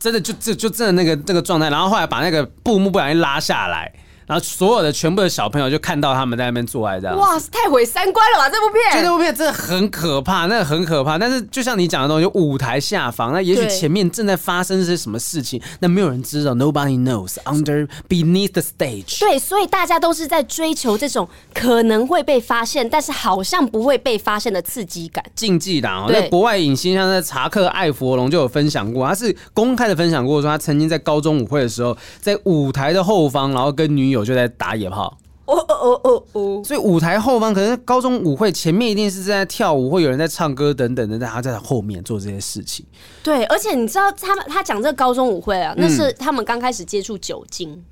Speaker 3: 真的就就就真的那个那个状态。然后后来把那个布幕不小心拉下来，然后所有的全部的小朋友就看到他们在那边做爱这样。
Speaker 2: 哇，太毁三观了吧！这部
Speaker 3: 就
Speaker 2: 片
Speaker 3: 那部片真的很可怕，那个很可怕。但是就像你讲的东西，舞台下方，那也许
Speaker 2: 对
Speaker 3: 前面正在发生些什么事情，那没有人知道，nobody knows under beneath the stage。
Speaker 2: 对，所以大家都是在追求这种可能会被发现，但是好像不会被发现的刺激感。
Speaker 3: 竞技党哦，
Speaker 2: 对
Speaker 3: 那国外影星像在查克·艾佛龙就有分享过，他是公开的分享过说，他曾经在高中舞会的时候，在舞台的后方，然后跟女友就在打野炮。
Speaker 2: 哦哦哦哦哦，
Speaker 3: 所以舞台后方可能高中舞会前面一定是在跳舞，或有人在唱歌等等的，但他在后面做这些事情。
Speaker 2: 对，而且你知道他们他讲这个高中舞会啊，那是他们刚开始接触酒精，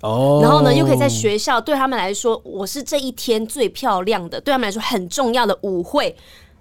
Speaker 3: 哦
Speaker 2: 然后呢又可以在学校，对他们来说，我是这一天最漂亮的，对他们来说很重要的舞会。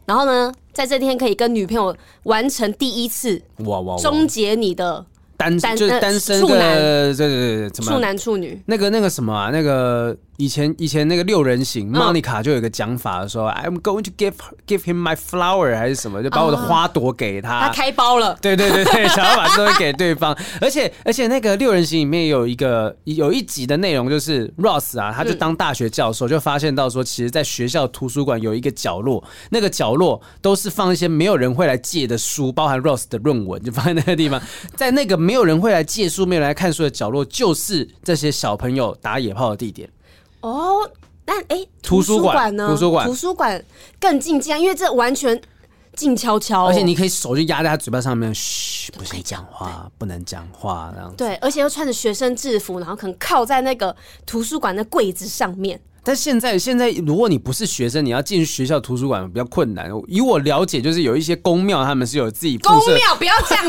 Speaker 2: 然后呢，在这天可以跟女朋友完成第一次，
Speaker 3: 哇哇哇
Speaker 2: 终结你的
Speaker 3: 单
Speaker 2: 单
Speaker 3: 就是
Speaker 2: 呃
Speaker 3: 单身
Speaker 2: 处男
Speaker 3: 的，对对对，怎么
Speaker 2: 处男处女。
Speaker 3: 那个那个什么啊，那个以前以前那个六人行、
Speaker 2: 嗯
Speaker 3: m o n i c a 就有一个讲法说，I'm going to give her- give him my flower 还是什么，就把我的花朵给他。
Speaker 2: 哦他开包了，
Speaker 3: 对对对对，想要把这东西给对方， 而且而且那个六人行里面有一个有一集的内容就是 Ross 啊，他就当大学教授，就发现到说，其实在学校图书馆有一个角落，那个角落都是放一些没有人会来借的书，包含 Ross 的论文，就放在那个地 方，在那个没有人会来借书、没有人来看书的角落，就是这些小朋友打野炮的地点。
Speaker 2: 哦，但哎、
Speaker 3: 图书馆
Speaker 2: 呢？
Speaker 3: 图书馆
Speaker 2: 图书馆更近近啊，因为这完全静悄悄哦、
Speaker 3: 而且你可以手就压在他嘴巴上面，嘘，不行讲话，不能讲话，这样。
Speaker 2: 对，而且又穿着学生制服，然后可能靠在那个图书馆的柜子上面。
Speaker 3: 但现在现在，如果你不是学生，你要进学校图书馆比较困难。以我了解，就是有一些公庙，他们是有自己
Speaker 2: 公
Speaker 3: 附设
Speaker 2: 庙不要这样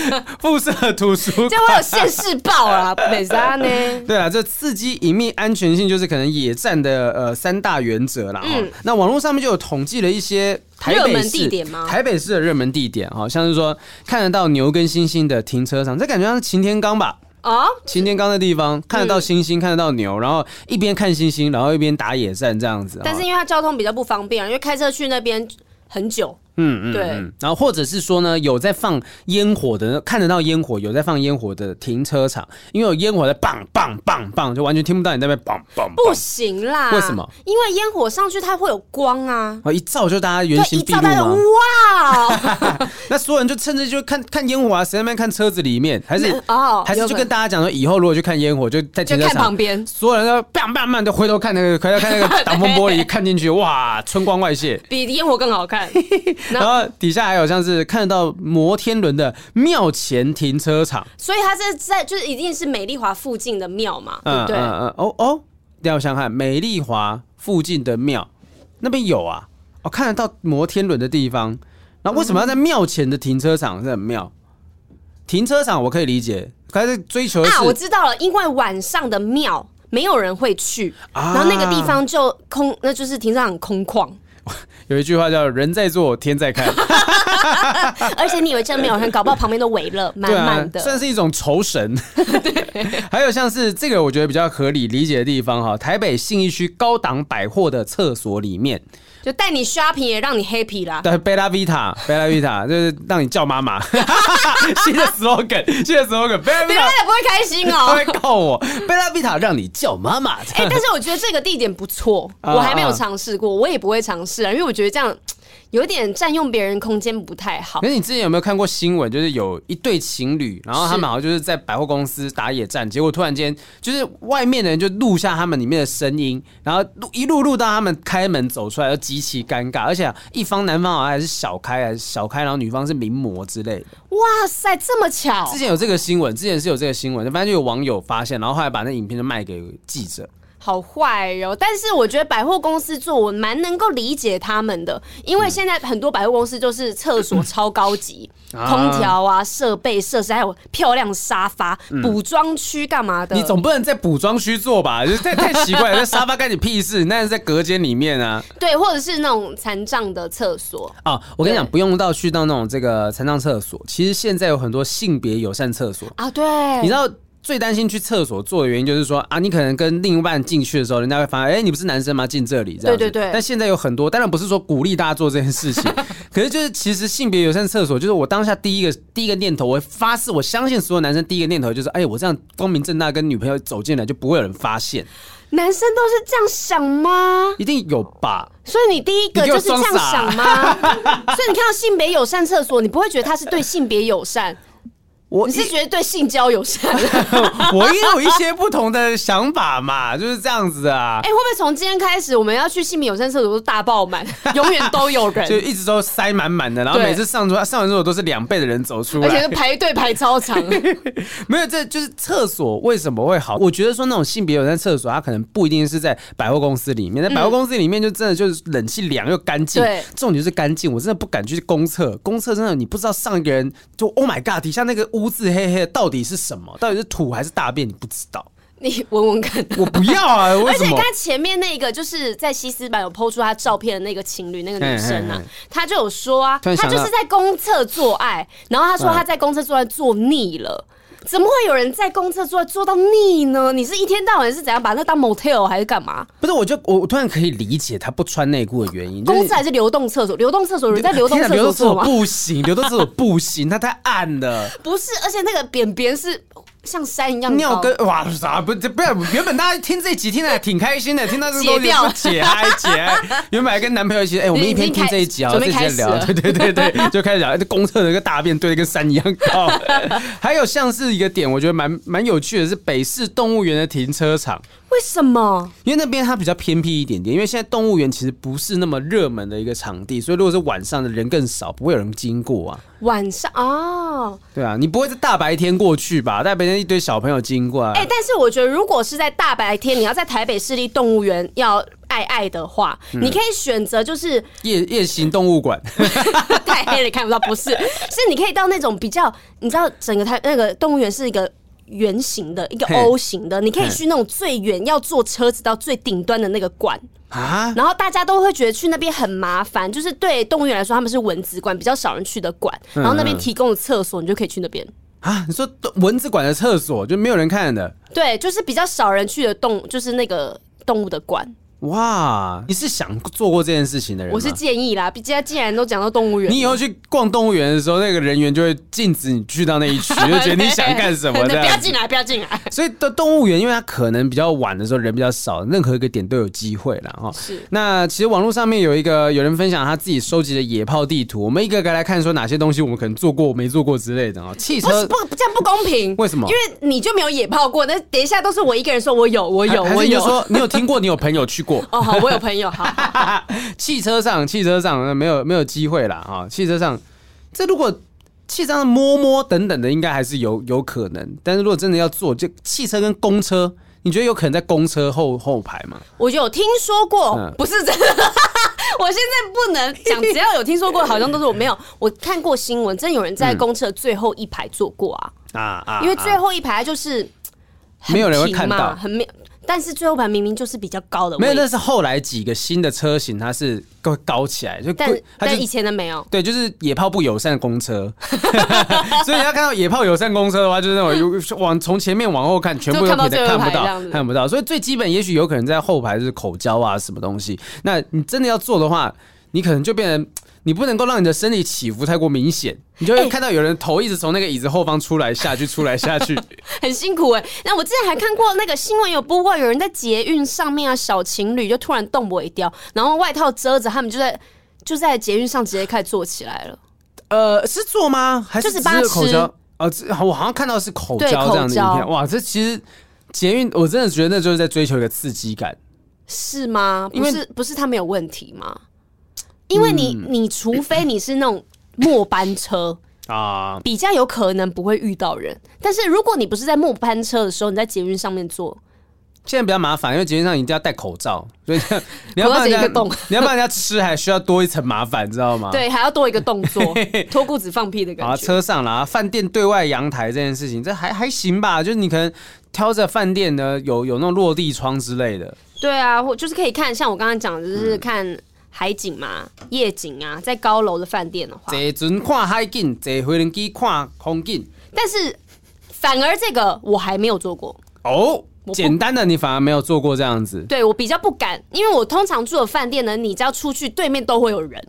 Speaker 2: 子，
Speaker 3: 附设图书
Speaker 2: 这
Speaker 3: 馆。
Speaker 2: 样会有现世报啊 啦，美莎呢？
Speaker 3: 对啊，这刺激隐秘安全性就是可能野战的呃三大原则啦。嗯，那网络上面就有统计了一些台北市
Speaker 2: 热门地点吗
Speaker 3: 台北市的热门地点哈、像是说看得到牛跟星星的停车场，这感觉像是擎天岗吧？
Speaker 2: 哦，
Speaker 3: 擎天岗的地方看得到星星，看得到牛，然后一边看星星，然后一边打野战这样子。
Speaker 2: 但
Speaker 3: 哈
Speaker 2: 是因为它交通比较不方便，因为开车去那边很久。嗯嗯，对，
Speaker 3: 嗯，然后或者是说呢，有在放烟火的，看得到烟火，有在放烟火的停车场，因为有烟火在棒棒棒棒，就完全听不到你在那边棒棒
Speaker 2: 不
Speaker 3: 棒。
Speaker 2: 行啦。
Speaker 3: 为什么？
Speaker 2: 因为烟火上去它会有光啊。
Speaker 3: 哦，一照就大家原
Speaker 2: 对，
Speaker 3: 形
Speaker 2: 一
Speaker 3: 毕
Speaker 2: 照
Speaker 3: 露
Speaker 2: 大家
Speaker 3: 吗？
Speaker 2: 哇哦
Speaker 3: 那所有人就趁着就看看烟火啊，谁在那边看车子里面，还是
Speaker 2: 哦，
Speaker 3: 还是就
Speaker 2: 有可
Speaker 3: 跟
Speaker 2: 能
Speaker 3: 大家讲说，以后如果去看烟火，就在
Speaker 2: 就
Speaker 3: 停车
Speaker 2: 看旁
Speaker 3: 场。
Speaker 2: 边。
Speaker 3: 所有人都棒棒棒，就回头看那个，回头看那个挡风玻璃，看进去，哇，春光外泄。
Speaker 2: 比烟火更好看， 那
Speaker 3: 然后底下还有像是看得到摩天轮的庙前停车场，
Speaker 2: 所以它是在就是一定是美丽华附近的庙嘛，对
Speaker 3: 嗯
Speaker 2: 不对？
Speaker 3: 嗯嗯，哦哦，等一下我想想看，美丽华附近的庙那边有啊，哦，看得到摩天轮的地方。那为什么要在庙前的停车场是很妙？停车场我可以理解，可是追求的是
Speaker 2: 啊，我知道了，因为晚上的庙没有人会去，
Speaker 3: 啊
Speaker 2: 然后那个地方就空，那就是停车场很空旷，
Speaker 3: 有一句话叫“人在做，天在 看
Speaker 2: 而且你以为真的没有人，搞不好旁边都围了，”，满
Speaker 3: 对啊
Speaker 2: 满，的。
Speaker 3: 算是一种酬 神。还有像是这个，我觉得比较合理理解的地方哈，台北信义区高档百货的厕所里面，
Speaker 2: 就带你 shopping 也让你 happy 啦。
Speaker 3: 对，贝拉维塔，贝拉维塔就是让你叫妈妈， 新的 slogan，新的 slogan，贝拉维
Speaker 2: 别
Speaker 3: 塔
Speaker 2: 人也不会开心
Speaker 3: 他
Speaker 2: 哦、
Speaker 3: 会告我，贝拉维塔让你叫妈妈。
Speaker 2: 哎、但是我觉得这个地点不错，
Speaker 3: 啊
Speaker 2: 我还没有尝试过，我也不会尝试啊，因为我觉得这样有点占用别人空间不太好
Speaker 3: 可。是你之前有没有看过新闻？就是有一对情侣，然后他
Speaker 2: 是
Speaker 3: 们好像就是在百货公司打野战，结果突然间就是外面的人就录下他们里面的声音，然后录一路录到他们开门走出来，都极其尴尬。而且啊一方男方好像还是小开，还是小开，然后女方是名模之类的。
Speaker 2: 哇塞，这么巧
Speaker 3: 之！前有这个新闻，之前是有这个新闻，反正就有网友发现，然后后来把那影片就卖给记者。
Speaker 2: 好坏哟、但是我觉得百货公司做，我蛮能够理解他们的，因为现在很多百货公司就是厕所超高级，
Speaker 3: 啊
Speaker 2: 空调啊、设备设施，还有漂亮沙发、补妆区干嘛的。
Speaker 3: 你总不能在补妆区做吧？就是太太奇怪了，在沙发干你屁事？那是在隔间里面啊。
Speaker 2: 对，或者是那种残障的厕所，
Speaker 3: 啊，我跟你讲，
Speaker 2: 对
Speaker 3: 不用到去到那种这个残障厕所，其实现在有很多性别友善厕所。
Speaker 2: 啊，对，
Speaker 3: 你知道最担心去厕所坐的原因就是说啊，你可能跟另一半进去的时候，人家会发现，哎、你不是男生吗？进这里这样子。
Speaker 2: 对对嗯对
Speaker 3: 但现在有很多，当然不是说鼓励大家做这件事情，可是就是其实性别友善厕所，就是我当下第一个第一个念头，我发誓，我相信所有男生第一个念头就是，哎、我这样光明正大跟女朋友走进来，就不会有人发现，
Speaker 2: 男生都是这样想吗？
Speaker 3: 一定有吧？
Speaker 2: 所以你第一个就是这样想吗？所以你看到性别友善厕所，你不会觉得它是对性别友善，
Speaker 3: 我
Speaker 2: 你是
Speaker 3: 一
Speaker 2: 觉得对性交友善？哎、
Speaker 3: 我也有一些不同的想法嘛，就是这样子 啊。
Speaker 2: 哎会不会从今天开始，我们要去性别友善厕所都大爆满， 永远都有人，
Speaker 3: 就一直都塞满满的，然后
Speaker 2: 对
Speaker 3: 每次上桌啊上完之后都是两倍的人走出
Speaker 2: 而且
Speaker 3: 来，
Speaker 2: 是排队排超长。
Speaker 3: 没有，这就是厕所为什么会好？我觉得说那种性别友善厕所，它可能不一定是在百货公司里面，在百货公司里面就真的就是冷气凉又干净，
Speaker 2: 嗯对
Speaker 3: 重点就是干净。我真的不敢去公厕，公厕真的你不知道上一个人就 Oh my God，底下那个污渍黑黑的到底是什么？到底是土还是大便？你不知道，
Speaker 2: 你闻闻看。
Speaker 3: 我不要啊！为
Speaker 2: 而
Speaker 3: 什
Speaker 2: 且
Speaker 3: 么
Speaker 2: 刚？才前面那个就是在西斯版有抛出她照片的那个情侣，那个女生
Speaker 3: 嘿嘿
Speaker 2: 啊
Speaker 3: 嘿，
Speaker 2: 她就有说啊，
Speaker 3: 突然
Speaker 2: 她
Speaker 3: 想
Speaker 2: 就
Speaker 3: 到
Speaker 2: 是在公厕做爱，然后她说
Speaker 3: 嗯
Speaker 2: 她在公厕做爱做腻了。怎么会有人在公厕做爱做到腻呢？你是一天到晚是怎样把它当 motel 还是干嘛？
Speaker 3: 不是，我就我我突然可以理解他不穿内裤的原因，就是
Speaker 2: 公厕还是流动厕所？流动厕所有人在流动
Speaker 3: 天啊
Speaker 2: 厕
Speaker 3: 流
Speaker 2: 所
Speaker 3: 动厕
Speaker 2: 做
Speaker 3: 所
Speaker 2: 吗？
Speaker 3: 不行，流动厕所不行，它太暗了。
Speaker 2: 不是，而且那个便便是像山一样高
Speaker 3: 尿跟哇啥不这不要，原本大家听这一集听的挺开心的，听到这个东
Speaker 2: 解
Speaker 3: 西
Speaker 2: 掉
Speaker 3: 是解嗨解嗨。原本还跟男朋友一起，哎、我们一边听这一集啊，
Speaker 2: 已
Speaker 3: 这一
Speaker 2: 经
Speaker 3: 集
Speaker 2: 开
Speaker 3: 在聊， 对
Speaker 2: 准
Speaker 3: 对对对，就开始聊，这公厕的那个大便堆的跟山一样高。 还有像是一个点，我觉得蛮蛮有趣的是北市动物园的停车场，
Speaker 2: 为什么？
Speaker 3: 因为那边它比较偏僻一点点，因为现在动物园其实不是那么热门的一个场地，所以如果是晚上的人更少，不会有人经过啊。
Speaker 2: 晚上哦，
Speaker 3: 对啊，你不会是大白天过去吧？大白天一堆小朋友经过、啊，
Speaker 2: 哎、但是我觉得，如果是在大白天，你要在台北市立动物园要爱爱的话，你可以选择就是
Speaker 3: 夜夜行动物馆，
Speaker 2: 太黑了看不到，不是，是你可以到那种比较，你知道整个台那个动物园是一个。圆形的一个
Speaker 3: 嘿
Speaker 2: O 型的，你可以
Speaker 3: 嘿
Speaker 2: 去那种最远要坐车子到最顶端的那个馆，
Speaker 3: 啊，
Speaker 2: 然后大家都会觉得去那边很麻烦，就是对动物园来说他们是蚊子馆，比较少人去的馆，然后那边提供的厕所你就可以去那边。
Speaker 3: 啊，你说蚊子馆的厕所就没有人看的，
Speaker 2: 对，就是比较少人去的动，就是那个动物的馆。
Speaker 3: 哇！你是想做过这件事情的人吗？
Speaker 2: 我是建议啦，毕竟既然都讲到动物园，
Speaker 3: 你以后去逛动物园的时候，那个人员就会禁止你去到那一区，就觉得 你想干什么这
Speaker 2: 对不要
Speaker 3: 样子
Speaker 2: 进。来，不要进来。
Speaker 3: 所以的动物园，因为它可能比较晚的时候人比较少，任何一个点都有机会啦。哈。
Speaker 2: 是
Speaker 3: 那其实网络上面有一个有人分享他自己收集的野炮地图，我们一个个来看，说哪些东西我们可能做过、没做过之类的啊。汽
Speaker 2: 不是
Speaker 3: 车
Speaker 2: 不这样不公平？
Speaker 3: 为什么
Speaker 2: 因为你就没有野炮过，那等一下都是我一个人说我有，我有，
Speaker 3: 还还
Speaker 2: 我
Speaker 3: 是你就
Speaker 2: 有。
Speaker 3: 说你有听过，你有朋友去过，
Speaker 2: 哦，好，我有朋友，好，好
Speaker 3: 汽车上，汽车上呃没有没有机会啦啊！汽车上，这如果汽车上摸摸等等的，应该还是有有可能。但是如果真的要做，就汽车跟公车，你觉得有可能在公车后后排吗？
Speaker 2: 我有听说过，
Speaker 3: 嗯
Speaker 2: 不是真的。 我现在不能讲，只要有听说过，好像都是我没有。我看过新闻，真有人
Speaker 3: 嗯
Speaker 2: 在公车最后一排坐过啊，
Speaker 3: 啊啊
Speaker 2: 因为最
Speaker 3: 啊
Speaker 2: 后一排就是很
Speaker 3: 没有人会
Speaker 2: 平
Speaker 3: 看
Speaker 2: 嘛
Speaker 3: 到
Speaker 2: 很没有。但是最后一排明明就是比较高的
Speaker 3: 没有，
Speaker 2: 位
Speaker 3: 那
Speaker 2: 置，
Speaker 3: 是后来几个新的车型，它是高高起来，就
Speaker 2: 但
Speaker 3: 它就
Speaker 2: 但以前的没有。
Speaker 3: 对，就是野炮不友善公车， 所以你要看到野炮友善公车的话，就是那种有往从前面往后看，全部都
Speaker 2: 就
Speaker 3: 可能看不
Speaker 2: 看到最后排这
Speaker 3: 到
Speaker 2: 样，子
Speaker 3: 看不到。所以最基本，也许有可能在后排就是口交啊，什么东西。那你真的要做的话，你可能就变成你不能够让你的生理起伏太过明显，你就会
Speaker 2: 哎
Speaker 3: 看到有人头一直从那个椅子后方出来下去，出来下 去。
Speaker 2: 很辛苦哎、那我之前还看过那个新闻有播报，有人在捷运上面啊，小情侣就突然动尾掉，然后外套遮着，他们就在就在捷运上直接开始做起来了。
Speaker 3: 呃，是做吗？还是
Speaker 2: 就是
Speaker 3: 只
Speaker 2: 帮他
Speaker 3: 口
Speaker 2: 吃
Speaker 3: 交？呃，这我好像看到是口
Speaker 2: 对
Speaker 3: 交
Speaker 2: 口
Speaker 3: 这样的影
Speaker 2: 交
Speaker 3: 片。哇，这其实捷运，我真的觉得那就是在追求一个刺激感。
Speaker 2: 是吗？
Speaker 3: 因
Speaker 2: 不
Speaker 3: 为嗯
Speaker 2: 是不是他们有问题吗？因为你、你除非你是那种末班车，
Speaker 3: 啊、
Speaker 2: 比较有可能不会遇到人。但是如果你不是在末班车的时候，你在捷运上面坐，
Speaker 3: 现在比较麻烦，因为捷运上一定要戴口罩，所以 你要帮人
Speaker 2: 口罩只有一
Speaker 3: 家
Speaker 2: 个洞，
Speaker 3: 你要帮人家吃，还需要多一层麻烦，知道吗？。
Speaker 2: 对，还要多一个动 作，脱裤子放屁的
Speaker 3: 啊，
Speaker 2: 感觉。
Speaker 3: 车上啦，饭店对外阳台这件事情，这还还行吧？就是你可能挑着饭店呢，有有那种落地窗之类 的，
Speaker 2: 对啊，或就是可以看，像我刚刚讲的，就是看海景嘛、
Speaker 3: 嗯
Speaker 2: 夜景啊，在高楼的饭店的话，
Speaker 3: 坐船看海景，坐飞机看风景。
Speaker 2: 但是反而这个我还没有做过。
Speaker 3: 哦，
Speaker 2: 不
Speaker 3: 简单的你反而没有做过这样子
Speaker 2: 对我比较不敢，因为我通常住的饭店呢，你只要出去，对面都会有人，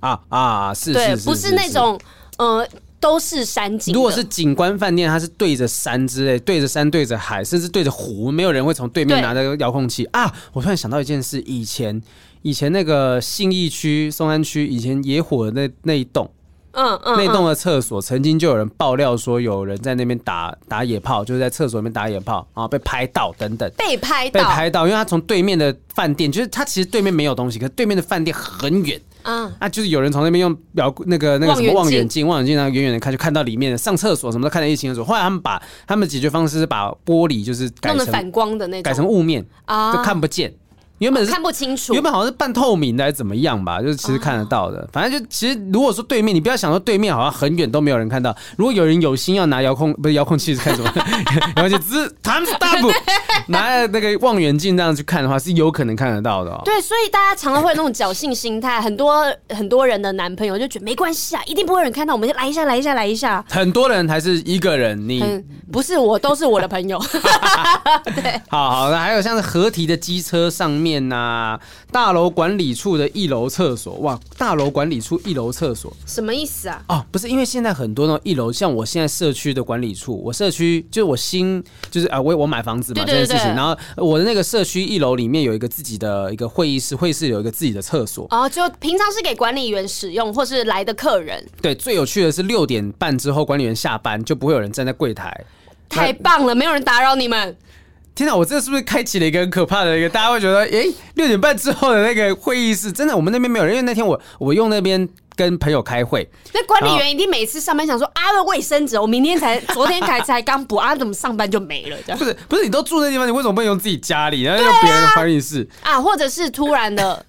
Speaker 3: 啊啊！是
Speaker 2: 对
Speaker 3: 是，是，
Speaker 2: 不是那种呃都是山景的。
Speaker 3: 如果是景观饭店，它是对着山之类，对着山、对着海，甚至对着湖，没有人会从对面
Speaker 2: 对
Speaker 3: 拿着遥控器啊！我突然想到一件事，以前以前那个信义区、松山区以前野火的那那一栋，
Speaker 2: 嗯嗯，
Speaker 3: 那
Speaker 2: 嗯
Speaker 3: 栋的厕所曾经就有人爆料说，有人在那边打打野炮，就是在厕所里面打野炮，然后被拍到等等。
Speaker 2: 被拍
Speaker 3: 被
Speaker 2: 到，
Speaker 3: 拍到，因为他从对面的饭店，就是他其实对面没有东西，可是对面的饭店很远
Speaker 2: 嗯，
Speaker 3: 啊，就是有人从那边用表那个那个什么望
Speaker 2: 望
Speaker 3: 远
Speaker 2: 远
Speaker 3: 镜，望远镜然后远远的看就看到里面的上厕所什么都看得一清二楚。后来他们把他们解决方式是把玻璃就是改
Speaker 2: 弄得
Speaker 3: 成
Speaker 2: 反光的那种，
Speaker 3: 改成雾面，
Speaker 2: 啊
Speaker 3: 就看不见。原本是
Speaker 2: 看不清楚，
Speaker 3: 原本好像是半透明的还是怎么样吧，就是其实看得到
Speaker 2: 啊
Speaker 3: 的。反正就其实如果说对面，你不要想说对面好像很远都没有人看到。如果有人有心要拿遥控不是遥控器是看什么， 然后就只是 time stop 拿那个望远镜这样去看的话，是有可能看得到的、哦。
Speaker 2: 对，所以大家常常会有那种侥幸心态，很多很多人的男朋友就觉得没关系啊，一定不会有人看到，我们就来一下，来一下，来一下。
Speaker 3: 很多人还是一个人，你
Speaker 2: 嗯，不是我，都是我的朋友。
Speaker 3: 好好的，还有像是合体的机车上面呐、大楼管理处的一楼厕所，哇，大楼管理处一楼厕所，
Speaker 2: 什么意思啊？
Speaker 3: 哦，不是，因为现在很多那种一楼，像我现在社区的管理处，我社区就是我新就是啊，我我买房子嘛
Speaker 2: 对对
Speaker 3: 这
Speaker 2: 对
Speaker 3: 件事情，
Speaker 2: 对
Speaker 3: 然后呃我的那个社区一楼里面有一个自己的一个会议室，会议室有一个自己的厕所。
Speaker 2: 哦，就平常是给管理员使用，或是来的客人，
Speaker 3: 对，最有趣的是六点半之后管理员下班就不会有人站在柜台。
Speaker 2: 太棒了，没有人打扰你们。
Speaker 3: 天哪，我这是不是开启了一个很可怕的一个？大家会觉得，诶、六点半之后的那个会议室，真的我们那边没有人，因为那天我我用那边跟朋友开会，
Speaker 2: 那管理员一定每次上班想说啊，那卫生纸，我明天才，昨天才才刚补啊，怎么上班就没了这样
Speaker 3: 不是不是，你都住那地方，你为什么不能用自己家里，然后用别人的会议室？
Speaker 2: 啊？或者是突然的，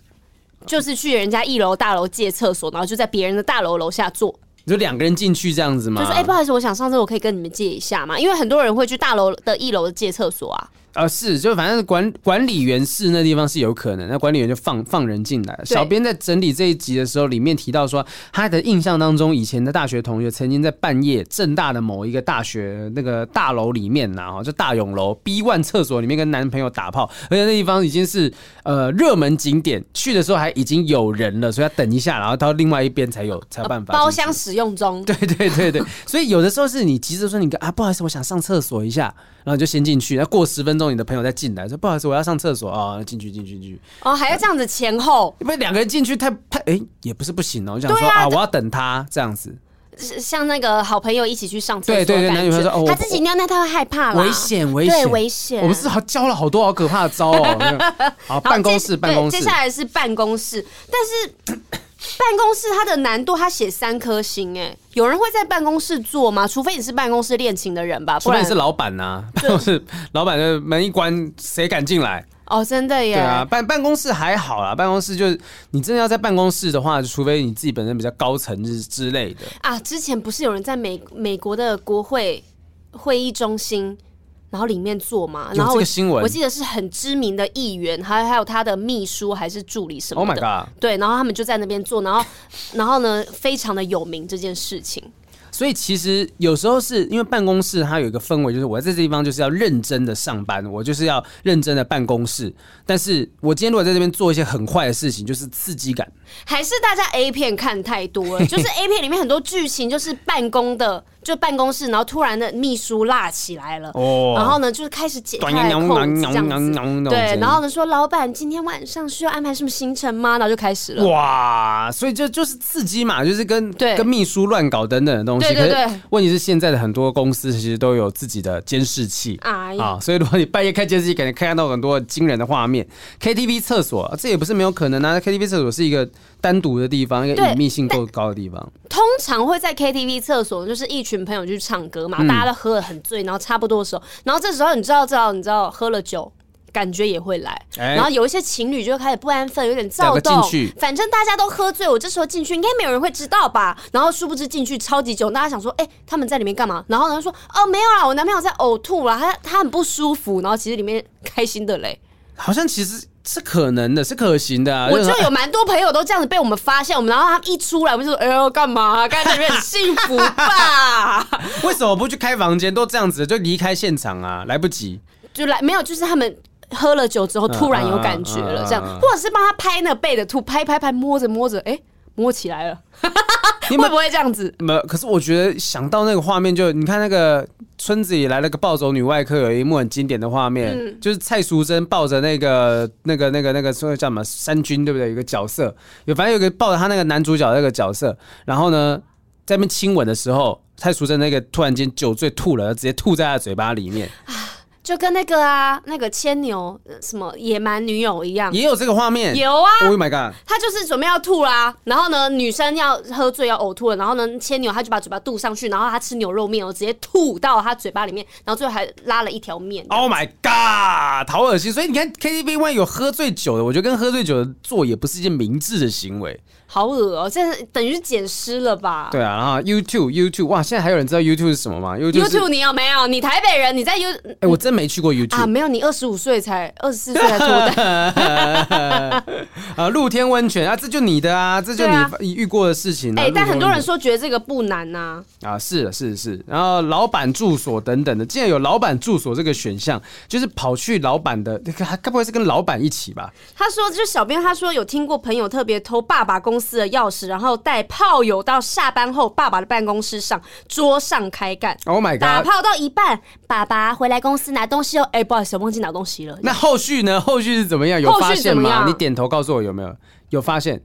Speaker 2: 就是去人家一楼大楼借厕所，然后就在别人的大楼楼下坐。
Speaker 3: 你就两个人进去这样子吗？
Speaker 2: 就说：“哎、不好意思，我想上厕所，可以跟你们借一下嘛？因为很多人会去大楼的一楼借厕所啊。
Speaker 3: 啊，是，就反正管管理员室那地方是有可能，那管理员就放放人进来了。
Speaker 2: 对
Speaker 3: 小编在整理这一集的时候，里面提到说，他的印象当中，以前的大学同学曾经在半夜正大的某一个大学那个大楼里面呐、哈，就大勇楼 B one 厕所里面跟男朋友打炮，而且那地方已经是呃热门景点，去的时候还已经有人了，所以要等一下，然后到另外一边才有才有办法、
Speaker 2: 呃包厢。使用中，
Speaker 3: 对对对对，所以有的时候是你急着说你啊，不好意思，我想上厕所一下，然后你就先进去，那过十分钟你的朋友再进来说不好意思，我要上厕所啊、进去进去进去，
Speaker 2: 哦，还要这样子前后，
Speaker 3: 因为两个人进去太太哎、也不是不行哦，就想说
Speaker 2: 对啊
Speaker 3: 啊我要等他这样子，
Speaker 2: 是像那个好朋友一起去上厕所的
Speaker 3: 对对对
Speaker 2: 感觉，
Speaker 3: 男女朋友说哦我
Speaker 2: 他自己尿尿他会害怕啦，
Speaker 3: 危险危
Speaker 2: 对
Speaker 3: 险
Speaker 2: 危险。
Speaker 3: 我们是好教了好多好可怕的招 哦，好
Speaker 2: 然后
Speaker 3: 办公
Speaker 2: 接
Speaker 3: 室办公
Speaker 2: 对
Speaker 3: 室
Speaker 2: 接，下来是办公室，但是 办公室它的难度，它写三颗星、哎，有人会在办公室做吗？除非你是办公室恋情的人吧，不
Speaker 3: 除非
Speaker 2: 然
Speaker 3: 你是老板呐、办公室老板的门一关，谁敢进来？
Speaker 2: 哦，真的耶，
Speaker 3: 对啊，办办公室还好啦，办公室就是你真的要在办公室的话，除非你自己本身比较高层之之类的。
Speaker 2: 啊，之前不是有人在美美国的国会会议中心，然后里面坐嘛，
Speaker 3: 有
Speaker 2: 然后
Speaker 3: 这
Speaker 2: 我
Speaker 3: 个新闻
Speaker 2: 我记得是很知名的议员，还有还有他的秘书还是助理什
Speaker 3: Oh
Speaker 2: 么
Speaker 3: my
Speaker 2: 的。
Speaker 3: god！
Speaker 2: 对，然后他们就在那边坐，然后，然后呢，非常的有名这件事情，
Speaker 3: 所以其实有时候是因为办公室它有一个氛围，就是我在这地方就是要认真的上班，我就是要认真的办公室。但是我今天如果在这边做一些很坏的事情，就是刺激感。
Speaker 2: 还是大家 A 片看太多 了，就是 A 片里面很多剧情就是办公的，就办公室，然后突然的秘书辣起来了，
Speaker 3: 哦
Speaker 2: 然后呢就是开始解开扣子这样子，对，然后呢说老板今天晚上需要安排什么行程吗？然后就开始了。
Speaker 3: 哇，所以就就是刺激嘛，就是跟
Speaker 2: 对
Speaker 3: 跟秘书乱搞等等的东西。
Speaker 2: 对对
Speaker 3: 可是
Speaker 2: 对
Speaker 3: 问题是现在的很多公司其实都有自己的监视器。
Speaker 2: 哎呀，
Speaker 3: 啊，所以如果你半夜看监视器，可能看到很多惊人的画面。KTV 厕所、啊这也不是没有可能啊。KTV 厕所是一个单独的地方，一个
Speaker 2: 对
Speaker 3: 隐秘性够高的地方。
Speaker 2: 通常会在 KTV 厕所，就是一群朋友去唱歌
Speaker 3: 嗯
Speaker 2: 嘛，大家都喝得很醉，然后差不多的时候，然后这时候你知道，知道，你知道，喝了酒。感觉也会来，
Speaker 3: 哎
Speaker 2: 然后有一些情侣就开始不安分，有点
Speaker 3: 两
Speaker 2: 躁
Speaker 3: 个
Speaker 2: 动
Speaker 3: 进去。
Speaker 2: 反正大家都喝醉，我这时候进去应该没有人会知道吧？然后殊不知进去超级久，大家想说，哎、他们在里面干嘛？然后呢说，哦，没有啦，我男朋友在呕吐啦，他他很不舒服。然后其实里面开心的嘞，
Speaker 3: 好像其实是可能的，是可行的、啊。
Speaker 2: 我就是
Speaker 3: 说
Speaker 2: 有蛮多朋友都这样子被我们发现，我们然后他们一出来，我们就说：“哎呦，干嘛？感觉很幸福吧
Speaker 3: 为什么不去开房间？都这样子就离开现场啊，来不及。？”
Speaker 2: 就来没有，就是他们喝了酒之后突然有感觉了，这样
Speaker 3: 嗯嗯嗯嗯嗯，
Speaker 2: 或者是帮他拍那背的吐，拍拍拍，摸着摸着，哎、摸起来了，
Speaker 3: 你
Speaker 2: 会
Speaker 3: 们
Speaker 2: 不会这样子？
Speaker 3: 没有，可是我觉得想到那个画面就，你看那个村子里来了个暴走女外科，有一幕很经典的画面，
Speaker 2: 嗯
Speaker 3: 就是蔡淑珍抱着那个那个那个那个说叫什么三军对不对？有一个角色，有反正有一个抱着他那个男主角那个角色，然后呢，在那边亲吻的时候，蔡淑珍那个突然间酒醉吐了，直接吐在他嘴巴里面，
Speaker 2: 就跟那个啊，那个牵牛呃什么野蛮女友一样，
Speaker 3: 也有这个画面。
Speaker 2: 嗯有啊，
Speaker 3: Oh my god！
Speaker 2: 他就是准备要吐啦，然后呢，女生要喝醉要呕吐了，然后呢，牵牛他就把嘴巴堵上去，然后他吃牛肉面，我直接吐到他嘴巴里面，然后最后还拉了一条面。
Speaker 3: Oh my god，好恶心！所以你看 KTV 外有喝醉酒的，我觉得跟喝醉酒的做也不是一件明智的行为。
Speaker 2: 好恶哦、这是等于是捡尸了吧？
Speaker 3: 对啊，然后 YouTube YouTube，哇，现在还有人知道 YouTube 是什么吗？YouTube 是
Speaker 2: YouTube 你有没有？你台北人，你在 You
Speaker 3: 哎、我真没去过
Speaker 2: 啊？
Speaker 3: YouTube
Speaker 2: 没有，你二十五岁才二十四岁才脱单，
Speaker 3: 啊露天温泉啊，这就你的啊，这就
Speaker 2: 对啊
Speaker 3: 你遇过的事情、啊。
Speaker 2: 哎、但很多人
Speaker 3: 说
Speaker 2: 说觉得这个不难呐、
Speaker 3: 啊，是的是的是的，然后老板住所等等的，竟然有老板住所这个选项，就是跑去老板的，那个该不会是跟老板一起吧？
Speaker 2: 他说，就小编他说有听过朋友特别偷爸爸公司的钥匙，然后带炮友到下班后爸爸的办公室上桌上开干。
Speaker 3: Oh my
Speaker 2: 打
Speaker 3: god！
Speaker 2: 炮到一半，爸爸回来公司拿东西哦。哎、不好意思，我忘记拿东西了。
Speaker 3: 那后续呢？后续是怎么样？有
Speaker 2: 后续
Speaker 3: 发现
Speaker 2: 怎么
Speaker 3: 吗？
Speaker 2: 样
Speaker 3: 你点头告诉我有没有？有发现？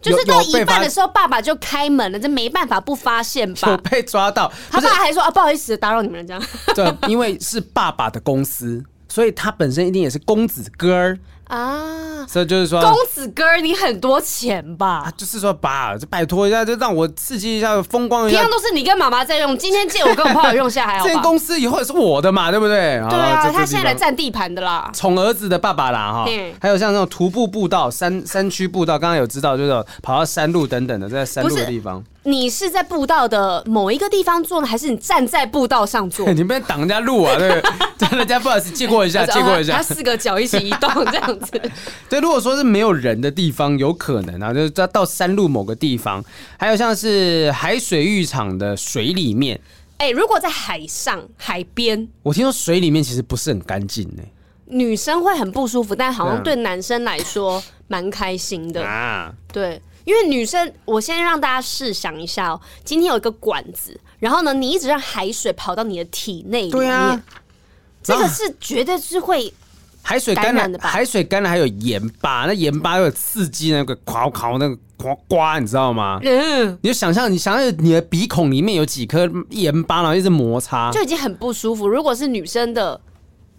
Speaker 2: 就是
Speaker 3: 有
Speaker 2: 到
Speaker 3: 有
Speaker 2: 一
Speaker 3: 被
Speaker 2: 半
Speaker 3: 发
Speaker 2: 的时候，爸爸就开门了，这没办法不发现
Speaker 3: 有
Speaker 2: 吧？
Speaker 3: 被抓到？
Speaker 2: 他
Speaker 3: 不是
Speaker 2: 爸还说啊，不好意思，打扰你们了，这样。
Speaker 3: 对，因为是爸爸的公司，所以他本身一定也是公子哥儿，
Speaker 2: 啊，
Speaker 3: 所以就是说
Speaker 2: 公子哥儿，你很多钱吧
Speaker 3: 啊？，就是说爸，就拜托一下，就让我刺激一下，风光一
Speaker 2: 平
Speaker 3: 下
Speaker 2: 常。都是你跟妈妈在用，今天借我跟我朋友用一下还好
Speaker 3: 啊这间
Speaker 2: 吧？
Speaker 3: 公司以后也是我的嘛，对不对？
Speaker 2: 对
Speaker 3: 好
Speaker 2: 啊，
Speaker 3: 这
Speaker 2: 他现在来
Speaker 3: 这地方
Speaker 2: 占地盘的啦。
Speaker 3: 宠儿子的爸爸啦哈
Speaker 2: 嗯，
Speaker 3: 还有像那种徒步步道、山山区步道，刚刚有知道，就是有跑到山路等等的，在山路
Speaker 2: 不
Speaker 3: 的
Speaker 2: 是
Speaker 3: 地方，
Speaker 2: 你是在步道的某一个地方做呢，还是你站在步道上 做？
Speaker 3: 你不要挡人家路啊，对 不对？让人家不好意思借过一下，
Speaker 2: 他
Speaker 3: 借过一
Speaker 2: 哦
Speaker 3: 下。
Speaker 2: 他四个脚一起移动这 样子。
Speaker 3: 对，如果说是没有人的地方，有可能啊，就是到山路某个地方，还有像是海水浴场的水里面，
Speaker 2: 哎、如果在海上海边，
Speaker 3: 我听说水里面其实不是很干净呢、
Speaker 2: 女生会很不舒服，但好像
Speaker 3: 对
Speaker 2: 对男生来说蛮开心的。
Speaker 3: 啊，
Speaker 2: 对，因为女生，我先让大家试想一下哦，今天有一个管子，然后呢，你一直让海水跑到你的体内里面，
Speaker 3: 对啊，
Speaker 2: 这个是绝对是会
Speaker 3: 海水
Speaker 2: 感
Speaker 3: 干
Speaker 2: 染
Speaker 3: 了
Speaker 2: 的，吧
Speaker 3: 海水干了还有盐巴，那盐巴有刺激那个烤烤那个刮刮，你知道吗？
Speaker 2: 嗯，
Speaker 3: 你就想象，你想象你的鼻孔里面有几颗盐巴，然后一直摩擦，
Speaker 2: 就已经很不舒服。如果是女生的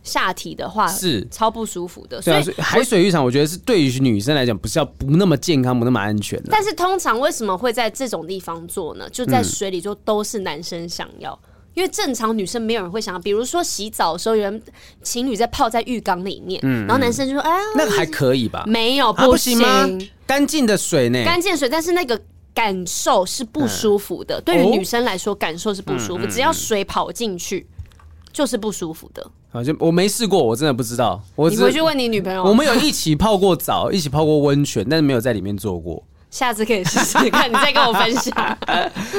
Speaker 2: 下体的话，
Speaker 3: 是
Speaker 2: 超不舒服的，
Speaker 3: 对
Speaker 2: 所
Speaker 3: 啊，
Speaker 2: 以
Speaker 3: 所以海水浴场我觉得是对于女生来讲，不是要不那么健康，不那么安全的。
Speaker 2: 但是通常为什么会在这种地方做呢？就
Speaker 3: 嗯
Speaker 2: 在水里做，都是男生想要。因为正常女生没有人会想要，比如说洗澡的时候，有人情侣在泡在浴缸里面，然后男生就说：“哎呀，
Speaker 3: 嗯那个还可以吧？
Speaker 2: 没有
Speaker 3: 啊，
Speaker 2: 不
Speaker 3: 行吗？干净的水呢？
Speaker 2: 干净的水，但是那个感受是不舒服的。对于
Speaker 3: 哦嗯
Speaker 2: 女生来说，感受是不舒服，只要水跑进去就是不舒服的。
Speaker 3: 好像我没试过，我真的不知道。我
Speaker 2: 你
Speaker 3: 只
Speaker 2: 回去问你女朋友，
Speaker 3: 我们有一起泡过澡， 一起泡过温泉，但是没有在里面做 过。
Speaker 2: 下次可以试试看，你再跟我 分享。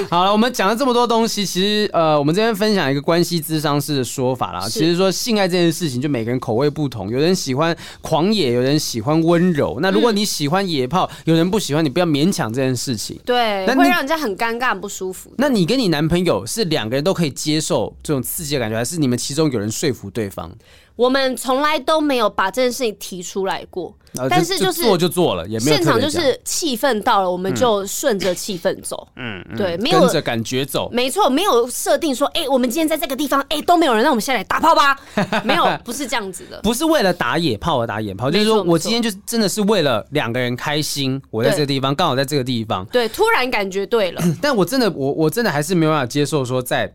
Speaker 3: 好了，我们讲了这么多东西，其实呃，我们这边分享一个关系智商式的说法啦。其实说性爱这件事情，就每个人口味不同，有人喜欢狂野，有人喜欢温柔。那如果你喜欢野炮，
Speaker 2: 嗯
Speaker 3: 有人不喜欢，你不要勉强这件事情。
Speaker 2: 对，
Speaker 3: 那你
Speaker 2: 会让人家很尴尬、很不舒服。
Speaker 3: 那你跟你男朋友是两个人都可以接受这种刺激的感觉，还是你们其中有人说服对方？
Speaker 2: 我们从来都没有把这件事情提出来过
Speaker 3: 然后，
Speaker 2: 但是
Speaker 3: 呃就是啊做就做了，也没有
Speaker 2: 现
Speaker 3: 特
Speaker 2: 场
Speaker 3: 别
Speaker 2: 就
Speaker 3: 讲
Speaker 2: 是气氛到了，我们就顺着气氛走。嗯，对，没有
Speaker 3: 跟着感觉走。
Speaker 2: 没错，没有设定说，哎、我们今天在这个地方，哎、都没有人，那我们下来打炮 吧。没有，不是这样子的。
Speaker 3: 不是为了打野炮而打野炮，就是
Speaker 2: 没
Speaker 3: 说
Speaker 2: 错没
Speaker 3: 我
Speaker 2: 错
Speaker 3: 今天就是真的是为了两个人开心，我在
Speaker 2: 对
Speaker 3: 这个地方，刚好在这个地方，
Speaker 2: 对，突然感觉对 了，
Speaker 3: 但我真的，我我真的还是没有办法接受说在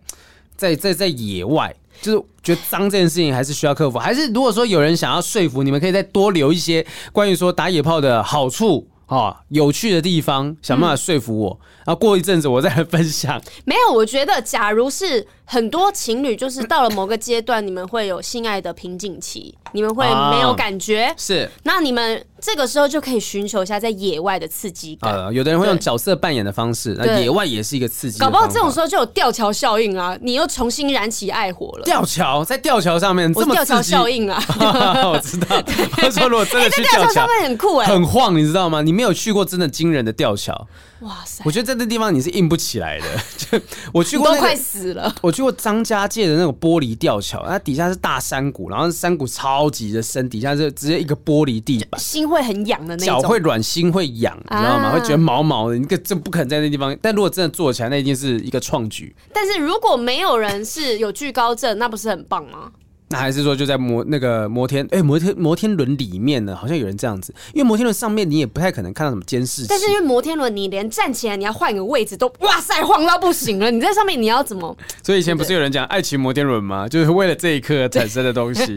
Speaker 3: 在在在野外，就是觉得脏这件事情还是需要克服。还是如果说有人想要说服你们，可以再多留一些关于说打野炮的好处。哦，有趣的地方，想
Speaker 2: 嗯
Speaker 3: 办法说服我，然后过一阵子我再来分享。
Speaker 2: 没有。我觉得，假如是很多情侣，就是到了某个阶段，你们会有性爱的瓶颈期，你们会没
Speaker 3: 啊
Speaker 2: 有感觉，
Speaker 3: 是，
Speaker 2: 那你们这个时候就可以寻求一下在野外的刺激感。
Speaker 3: 呃，有的人会用
Speaker 2: 对
Speaker 3: 角色扮演的方式，那
Speaker 2: 对
Speaker 3: 野外也是一个刺激的
Speaker 2: 搞
Speaker 3: 方法。
Speaker 2: 不好这种时候就有吊桥效应啊，你又重新燃起爱火了。
Speaker 3: 吊桥，在吊桥上面
Speaker 2: 我
Speaker 3: 这么
Speaker 2: 吊
Speaker 3: 刺
Speaker 2: 桥
Speaker 3: 激，
Speaker 2: 效应啊，
Speaker 3: 我知道。他说如果真
Speaker 2: 哎、
Speaker 3: 的
Speaker 2: 在
Speaker 3: 去
Speaker 2: 吊
Speaker 3: 吊桥
Speaker 2: 桥上，面很酷哎、
Speaker 3: 很晃，你知道吗？你没有去过真的惊人的吊桥，
Speaker 2: 哇塞
Speaker 3: 我，觉得在这地方你是硬不起来的。就我去
Speaker 2: 你
Speaker 3: 过
Speaker 2: 都
Speaker 3: 那
Speaker 2: 快
Speaker 3: 个，
Speaker 2: 死了。
Speaker 3: 我去过张家界的那种玻璃吊桥，它底下是大山谷，然后山谷超级的深，底下是直接一个玻璃地板。
Speaker 2: 心会很痒的那
Speaker 3: 脚
Speaker 2: 种，
Speaker 3: 会软，心会痒，你知道吗？
Speaker 2: 啊
Speaker 3: 会觉得毛毛的，你这这不可能在那地方。但如果真的做起来，那一定是一个创举。
Speaker 2: 但是如果没有人是有惧高症，那不是很棒吗？
Speaker 3: 那还是说就在摩那个摩天哎、摩天摩天轮里面呢，好像有人这样子，因为摩天轮上面你也不太可能看到什么监视器。
Speaker 2: 但是因为摩天轮，你连站起来你要换个位置都哇塞晃到不行了，你在上面你要怎么？
Speaker 3: 所以以前不是有人讲爱情摩天轮吗？就是为了这一刻产生的东 西。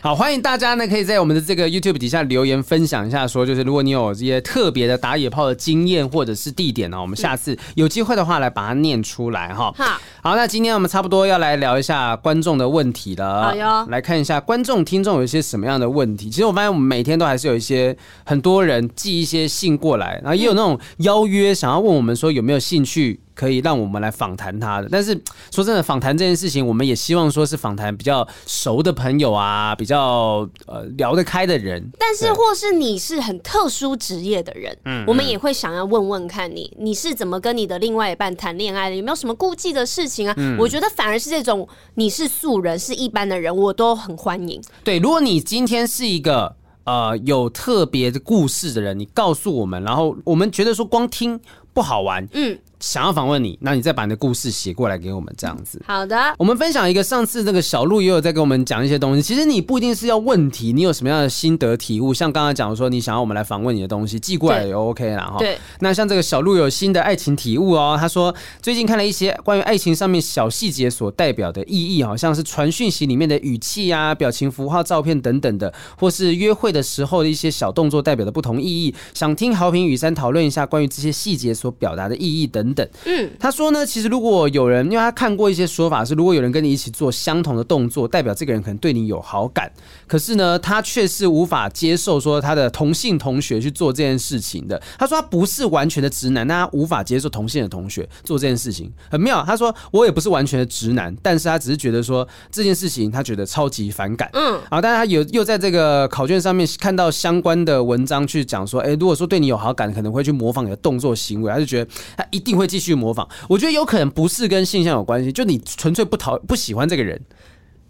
Speaker 3: 好，欢迎大家呢可以在我们的这个 YouTube 底下留言分享一下说，就是如果你有这些特别的打野炮的经验或者是地点呢，我们下次有机会的话来把它念出来哈。
Speaker 2: 哈
Speaker 3: 好，那今天我们差不多要来聊一下观众的问题了。啊
Speaker 2: 好哟
Speaker 3: 来看一下观众听众有一些什么样的问题。其实我发现我们每天都还是有一些很多人寄一些信过来，然后也有那种邀约想要问我们说有没有兴趣。可以让我们来访谈他的，但是说真的，访谈这件事情，我们也希望说是访谈比较熟的朋友啊，比较呃聊得开的人。
Speaker 2: 但是
Speaker 3: 对嗯
Speaker 2: 或是你是很特殊职业的人，我们也会想要问问看你，你是怎么跟你的另外一半谈恋爱的？有没有什么顾忌的事情啊？
Speaker 3: 嗯
Speaker 2: 我觉得反而是这种你是素人是一般的人，我都很欢迎。
Speaker 3: 对，如果你今天是一个呃有特别的故事的人，你告诉我们，然后我们觉得说光听不好玩，
Speaker 2: 嗯，
Speaker 3: 想要访问你，那你再把你的故事写过来给我们，这样子。
Speaker 2: 好的，
Speaker 3: 我们分享一个，上次那个小鹿也有在跟我们讲一些东西。其实你不一定是要问题，你有什么样的心得体悟？像刚刚讲说，你想要我们来访问你的东西，寄过来也 OK 啦哈。
Speaker 2: 对。
Speaker 3: 那像这个小鹿有新的爱情体悟哦，他说最近看了一些关于爱情上面小细节所代表的意义，好像是传讯息里面的语气啊、表情符号、照片等等的，或是约会的时候的一些小动作代表的不同意义。想听好评雨山讨论一下关于这些细节所表达的意义等等。他说呢，其实如果有人，因为他看过一些说法是，如果有人跟你一起做相同的动作，代表这个人可能对你有好感。可是呢，他却是无法接受说他的同性同学去做这件事情的。他说他不是完全的直男，但他无法接受同性的同学做这件事情，很妙。他说我也不是完全的直男，但是他只是觉得说这件事情他觉得超级反感。嗯，啊，但他有又在这个考卷上面看到相关的文章去讲说，哎、如果说对你有好感，可能会去模仿你的动作行为，他就觉得他一定会继续模仿。我觉得有可能不是跟性向有关系，就你纯粹不讨不喜欢这个人，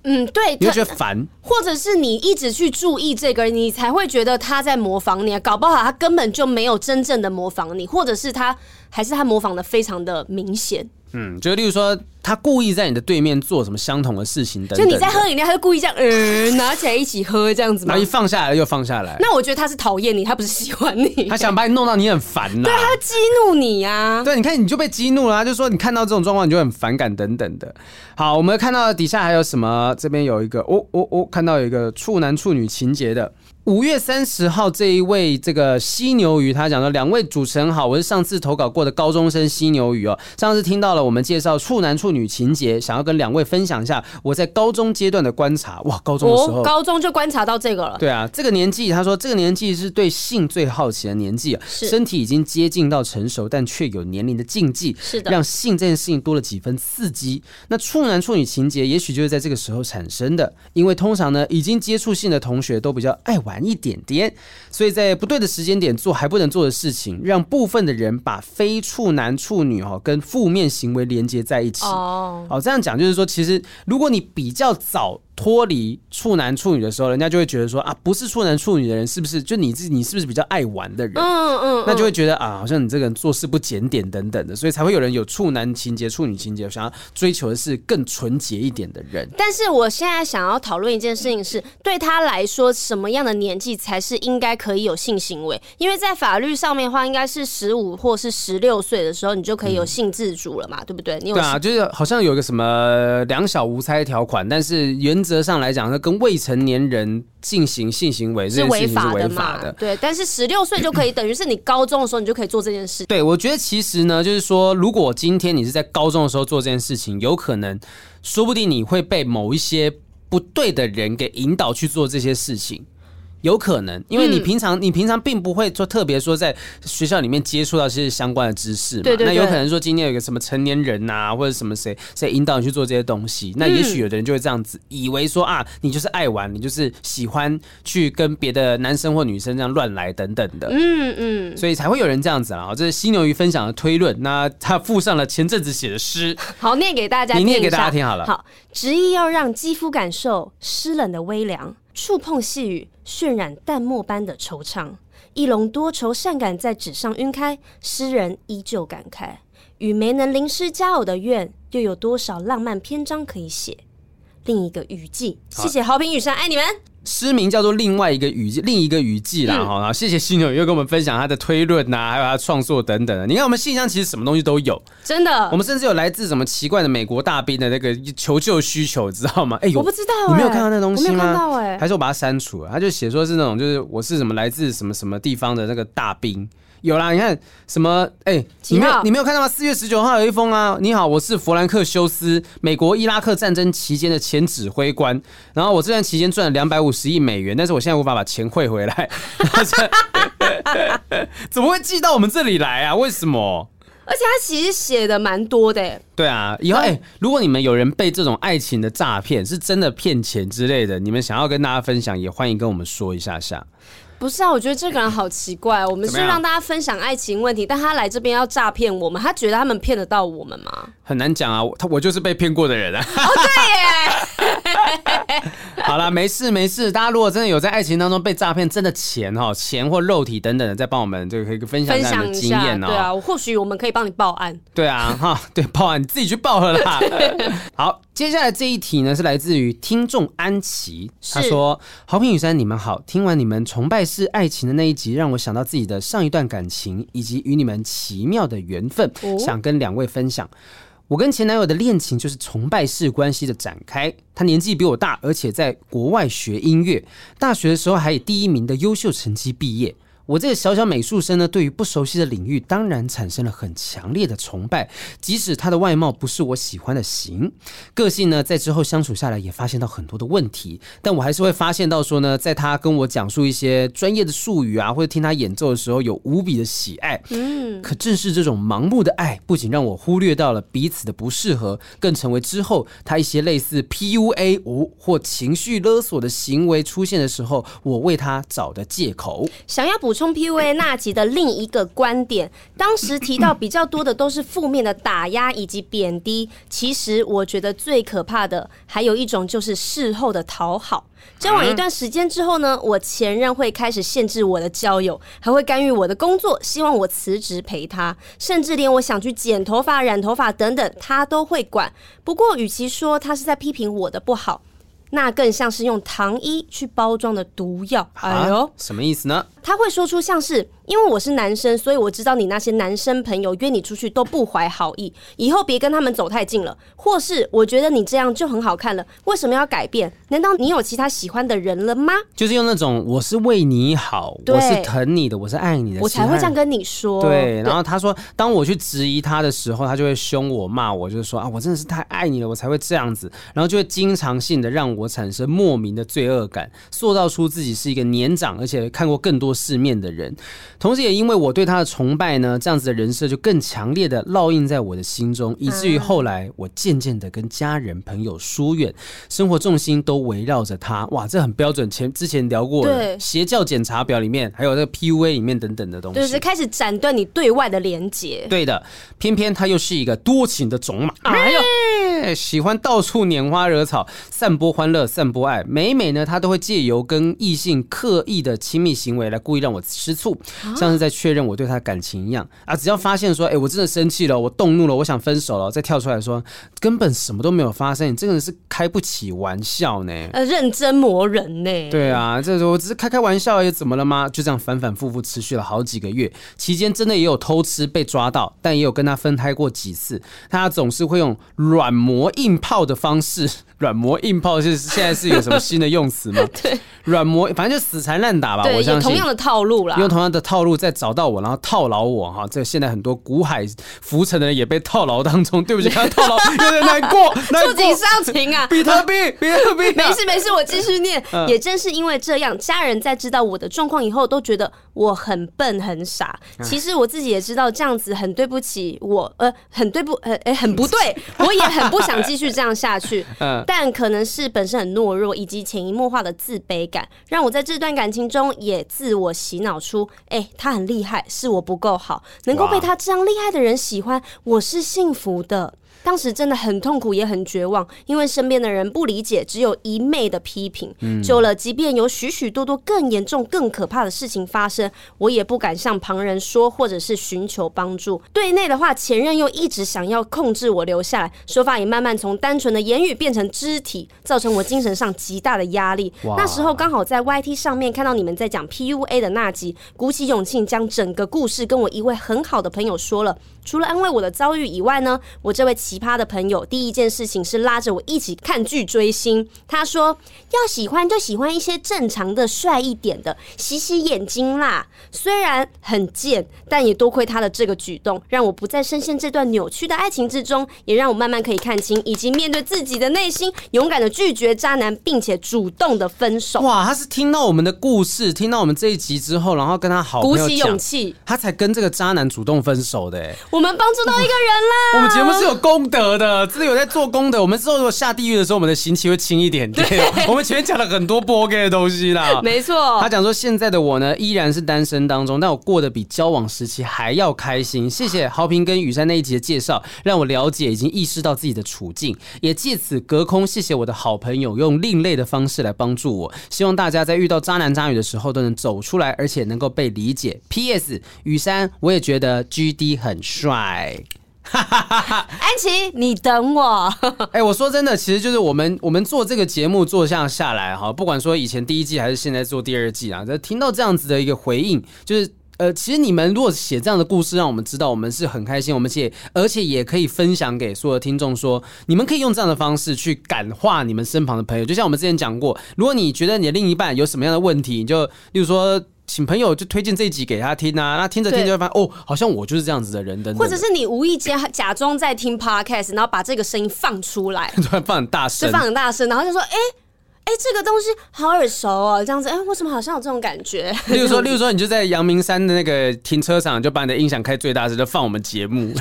Speaker 2: 嗯，对，
Speaker 3: 你
Speaker 2: 他
Speaker 3: 会觉得烦。
Speaker 2: 或者是你一直去注意这个人，你才会觉得他在模仿你、啊。搞不好他根本就没有真正的模仿你，或者是他还是他模仿的非常的明显。
Speaker 3: 嗯，就例如说他故意在你的对面做什么相同的事情等
Speaker 2: 就
Speaker 3: 等的，
Speaker 2: 你在喝饮料，他就故意这样，呃，拿起来一起喝这样子吗
Speaker 3: 然后一？放下来又放下来，
Speaker 2: 那我觉得他是讨厌你，他不是喜欢你，
Speaker 3: 他想把你弄到你很烦呐、
Speaker 2: 他激怒你呀、啊。
Speaker 3: 对，你看你就被激怒了、他就说你看到这种状况你就很反感等等的。好，我们看到底下还有什么？这边有一个，哦哦哦，看到有一个处男处女情节的。五月三十号这一位这个犀牛鱼，他讲说：“两位主持人好，我是上次投稿过的高中生犀牛鱼哦。上次听到了我们介绍处男处女情节，想要跟两位分享一下我在高中阶段的观察。哇，高中的时候，
Speaker 2: 我哦高中就观察到这个了，
Speaker 3: 对啊，这个年纪，他说这个年纪是对性最好奇的年纪啊，
Speaker 2: 是
Speaker 3: 身体已经接近到成熟，但却有年龄的禁忌，
Speaker 2: 是的
Speaker 3: 让性这件事情多了几分刺激。那处男处女情节也许就是在这个时候产生的，因为通常呢，已经接触性的同学都比较爱玩一点点，所以在不对的时间点做还不能做的事情，让部分的人把非处男处女哈、哦、跟负面行为连接在一起。
Speaker 2: 哦，
Speaker 3: 哦，这样讲就是说，其实如果你比较早脱离处男处女的时候，人家就会觉得说啊，不是处男处女的人，是不是就你自己，你是不是比较爱玩的人？
Speaker 2: 嗯嗯，
Speaker 3: 那就会觉得啊，好像你这个人做事不检点等等的，所以才会有人有处男情节、处女情节，想要追求的是更纯洁一点的人。
Speaker 2: 但是我现在想要讨论一件事情是，对他来说，什么样的年纪才是应该可以有性行为？因为在法律上面的话，应该是十五或是十六岁的时候，你就可以有性自主了嘛，对不对？你有
Speaker 3: 嗯对啊，就是好像有一个什么两小无猜条款，但是原则上来讲，那跟未成年人进行性行为这
Speaker 2: 是
Speaker 3: 件事
Speaker 2: 违
Speaker 3: 情是
Speaker 2: 法
Speaker 3: 违
Speaker 2: 的
Speaker 3: 法
Speaker 2: 嘛？
Speaker 3: 的。
Speaker 2: 对，但是十六岁就可以，等于是你高中的时候你就可以做这件事。
Speaker 3: 对，我觉得其实呢，就是说，如果今天你是在高中的时候做这件事情，有可能，说不定你会被某一些不对的人给引导去做这些事情。有可能，因为你
Speaker 2: 嗯
Speaker 3: 平常、你平常并不会说特别说在学校里面接触到这些相关的知识嘛，
Speaker 2: 对对
Speaker 3: 那
Speaker 2: 对
Speaker 3: 有可能说今天有一个什么成年人呐、或者什么谁谁引导你去做这些东西，那也
Speaker 2: 嗯
Speaker 3: 许有的人就会这样子，以为说啊，你就是爱玩，你就是喜欢去跟别的男生或女生这样乱来等等的。
Speaker 2: 嗯嗯，
Speaker 3: 所以才会有人这样子啦，哦这是犀牛鱼分享的推论。那他附上了前阵子写的诗，
Speaker 2: 好，念给大家，
Speaker 3: 你念
Speaker 2: 一
Speaker 3: 给
Speaker 2: 下
Speaker 3: 大家听好了
Speaker 2: 好，执意要让肌肤感受湿冷的微凉，触碰细雨渲染淡墨般的惆怅，一笼多愁善感在纸上晕开，诗人依旧感慨，与没能淋湿佳偶的愿，又有多少浪漫篇章可以写？另一个雨季，谢谢好评雨山，爱你们。
Speaker 3: 诗名叫做《另外一个雨季》，另一个雨季
Speaker 2: 嗯
Speaker 3: 啦。哦好、然后谢谢犀牛鱼又跟我们分享他的推论呐、还有他的创作等等的。你看我们信箱其实什么东西都有，
Speaker 2: 真的，
Speaker 3: 我们甚至有来自什么奇怪的美国大兵的那个求救需求，知道吗？哎、呦，
Speaker 2: 我不知道欸
Speaker 3: 你没有看到那东西吗？
Speaker 2: 我没有看到欸
Speaker 3: 还是我把它删除了？他就写说是那种，就是我是什么来自什么什么地方的那个大兵。有啦，你看什么？哎、
Speaker 2: 几
Speaker 3: 你没有
Speaker 2: 号
Speaker 3: 你没有看到吗？四月十九号有一封啊，你好，我是弗兰克修斯，美国伊拉克战争期间的前指挥官。然后我这段期间赚了两百五十亿美元，但是我现在无法把钱汇回来。 然后这 怎么会寄到我们这里来啊？为什么？
Speaker 2: 而且他其实写的蛮多的欸，
Speaker 3: 对啊，以后哎、如果你们有人被这种爱情的诈骗，是真的骗钱之类的，你们想要跟大家分享，也欢迎跟我们说一下下。
Speaker 2: 不是啊，我觉得这个人好 奇怪。我们
Speaker 3: 怎
Speaker 2: 是
Speaker 3: 么样
Speaker 2: 让大家分享爱情问题，但他来这边要诈骗我们，他觉得他们骗得到我们吗？
Speaker 3: 很难讲啊，我他我就是被骗过的人啊。 好啦，没事没事，大家如果真的有在爱情当中被诈骗，真的钱哈、钱或肉体等等的，再帮我们这个可以分享
Speaker 2: 分
Speaker 3: 一下
Speaker 2: 享
Speaker 3: 你的
Speaker 2: 一
Speaker 3: 经
Speaker 2: 下，
Speaker 3: 验哦。
Speaker 2: 对啊，或许我们可以帮你报案。
Speaker 3: 对啊，哈，对，报案你自己去报了 啦。好，接下来这一题呢，是来自于听众安琪，他
Speaker 2: 是
Speaker 3: 说：“好评雨山，你们好，听完你们崇拜式爱情的那一集，让我想到自己的上一段感情，以及与你们奇妙的缘分，
Speaker 2: 哦
Speaker 3: 想跟两位分享。”我跟前男友的恋情就是崇拜式关系的展开。他年纪比我大，而且在国外学音乐，大学的时候还以第一名的优秀成绩毕业。我这个小小美术生呢，对于不熟悉的领域，当然产生了很强烈的崇拜。即使他的外貌不是我喜欢的型，个性呢，在之后相处下来也发现到很多的问题，但我还是会发现到说呢，在他跟我讲述一些专业的术语啊，或者听他演奏的时候，有无比的喜爱。嗯，可正是这种盲目的爱，不仅让我忽略到了彼此的不适合，更成为之后他一些类似 PUA 哦或情绪勒索的行为出现的时候，我为他找的借口。
Speaker 2: 想要补充 PUA 纳吉的另一个观点，当时提到比较多的都是负面的打压以及贬低。其实我觉得最可怕的还有一种就是事后的讨好。交往一段时间之后呢，我前任会开始限制我的交友，还会干预我的工作，希望我辞职陪他，甚至连我想去剪头发、染头发等等，他都会管。不过，与其说他是在批评我的不好，那更像是用糖衣去包装的毒药。哎呦
Speaker 3: 啊，，什么意思呢？
Speaker 2: 他会说出像是因为我是男生，所以我知道你那些男生朋友约你出去都不怀好意，以后别跟他们走太近了。或是我觉得你这样就很好看了，为什么要改变？难道你有其他喜欢的人了吗？
Speaker 3: 就是用那种我是为你好，
Speaker 2: 对
Speaker 3: 我是疼你的，我是爱你的，
Speaker 2: 我才会这样
Speaker 3: 跟。
Speaker 2: 跟你说。
Speaker 3: 对，然后他说，当我去质疑他的时候，他就会凶我、骂我，就是说啊，我真的是太爱你了，我才会这样子，然后就会经常性的让我产生莫名的罪恶感，塑造出自己是一个年长而且看过更多世面的人，同时也因为我对他的崇拜呢，这样子的人设就更强烈的烙印在我的心中，以至于后来我渐渐的跟家人朋友疏远，生活重心都围绕着他，哇，这很标准，前之前聊过的
Speaker 2: 对
Speaker 3: 邪教检查表里面，还有那个 PUA 里面等等的东西，
Speaker 2: 就是开始斩断你对外的连接。
Speaker 3: 对的，偏偏他又是一个多情的种马，哎呦，喜欢到处拈花惹草，散播欢乐，散播爱。每每呢，他都会借由跟异性刻意的亲密行为来故意让我吃醋，像是在确认我对他的感情一样啊。只要发现说，哎、我真的生气了，我动怒了，我想分手了，再跳出来说，根本什么都没有发生，你这个人是开不起玩笑呢。
Speaker 2: 呃，认真磨人呢、
Speaker 3: 对啊，这时候我只是开开玩笑而已，怎么了吗？就这样反反复复持续了好几个月，期间真的也有偷吃被抓到，但也有跟他分开过几次。他总是会用软磨硬泡的方式， 软磨硬泡是现在是有什么新的用 词吗？对，软磨反正就死缠烂打吧，
Speaker 2: 对，
Speaker 3: 啊我
Speaker 2: 有
Speaker 3: 相
Speaker 2: 同
Speaker 3: 信
Speaker 2: 样。的套路啦。
Speaker 3: 用同样的套路再找到我，然后套牢我哈，这现在很多古 海浮沉的人也被套牢当中，对不起，他套牢有点难过，难
Speaker 2: 触
Speaker 3: 过
Speaker 2: 景伤情啊，下。
Speaker 3: 比特币，比特币、 啊
Speaker 2: 没事没事，我继续念。
Speaker 3: 嗯
Speaker 2: 也正是因为这样，家人在知道我的状况以后，都觉得我很笨很傻。其实我自己也知道这样子很对不起我，呃，很对不，呃，哎、很不对，我也很不想继续这样下去。
Speaker 3: 嗯
Speaker 2: 但可能是本身很懦弱，以及潜移默化的自卑感，让我在这段感情中也自我洗脑出：哎、他很厉害，是我不够好，能够
Speaker 3: 哇
Speaker 2: 被他这样厉害的人喜欢，我是幸福的。当时真的很痛苦，也很绝望，因为身边的人不理解，只有一昧的批评。久了，即便有许许多多更严重、更可怕的事情发生，我也不敢向旁人说，或者是寻求帮助。对内的话，前任又一直想要控制我留下来，说法也慢慢从单纯的言语变成肢体，造成我精神上极大的压力
Speaker 3: 哇。
Speaker 2: 那时候刚好在 YT 上面看到你们在讲 PUA 的那集，鼓起勇气将整个故事跟我一位很好的朋友说了。除了安慰我的遭遇以外呢，我这位奇葩的朋友第一件事情是拉着我一起看剧追星。他说要喜欢就喜欢一些正常的、帅一点的，洗洗眼睛啦。虽然很贱，但也多亏他的这个举动，让我不再深陷这段扭曲的爱情之中，也让我慢慢可以看清，以及面对自己的内心，勇敢的拒绝渣男，并且主动的分手，
Speaker 3: 哇，他是听到我们的故事，听到我们这一集之后，然后跟他好朋
Speaker 2: 鼓
Speaker 3: 友
Speaker 2: 起勇
Speaker 3: 讲，
Speaker 2: 气，
Speaker 3: 他才跟这个渣男主动分手的、欸。
Speaker 2: 我们帮助到一个人 啦。
Speaker 3: 我们节目是有功德的，真的有在做功德。我们之后如果下地狱的时候，我们的刑期会轻一点点。我们前面讲了很多波 gay 的东西啦。
Speaker 2: 没错，
Speaker 3: 他讲说，现在的我呢，依然是单身当中，但我过得比交往时期还要开心。谢谢豪平跟雨山那一集的介绍，让我了解已经意识到自己的处境，也借此隔空谢谢我的好朋友用另类的方式来帮助我。希望大家在遇到渣男渣女的时候都能走出来，而且能够被理解。P.S. 雨山，我也觉得 G.D 很帅。
Speaker 2: 安琪，你等我。
Speaker 3: 哎、我 说真的，其实就是我们我们做这个节目做下下来哈，不管说以前第一季还是现在做第二季啊，这听到这样子的一个回应，就是。呃，其实你们如果写这样的故事，让我们知道，我们是很开心，我们且而且也可以分享给所有的听众说，你们可以用这样的方式去感化你们身旁的朋友。就像我们之前讲过，如果你觉得你的另一半有什么样的问题，你就例如说请朋友就推荐这一集给他听啊，那听着听着就会发现哦，好像我就是这样子的人等等的，
Speaker 2: 或者是你无意间假装在听 podcast，然后把这个声音放 出来，
Speaker 3: 突然放很大声，
Speaker 2: 就放很大声，然后就说：“哎、哎、这个东西好耳熟哦。”这样子，哎、为什么好像有这种感觉？
Speaker 3: 例如说，例如说，你就在阳明山的那个停车场，就把你的音响开最大声，就放我们节 目。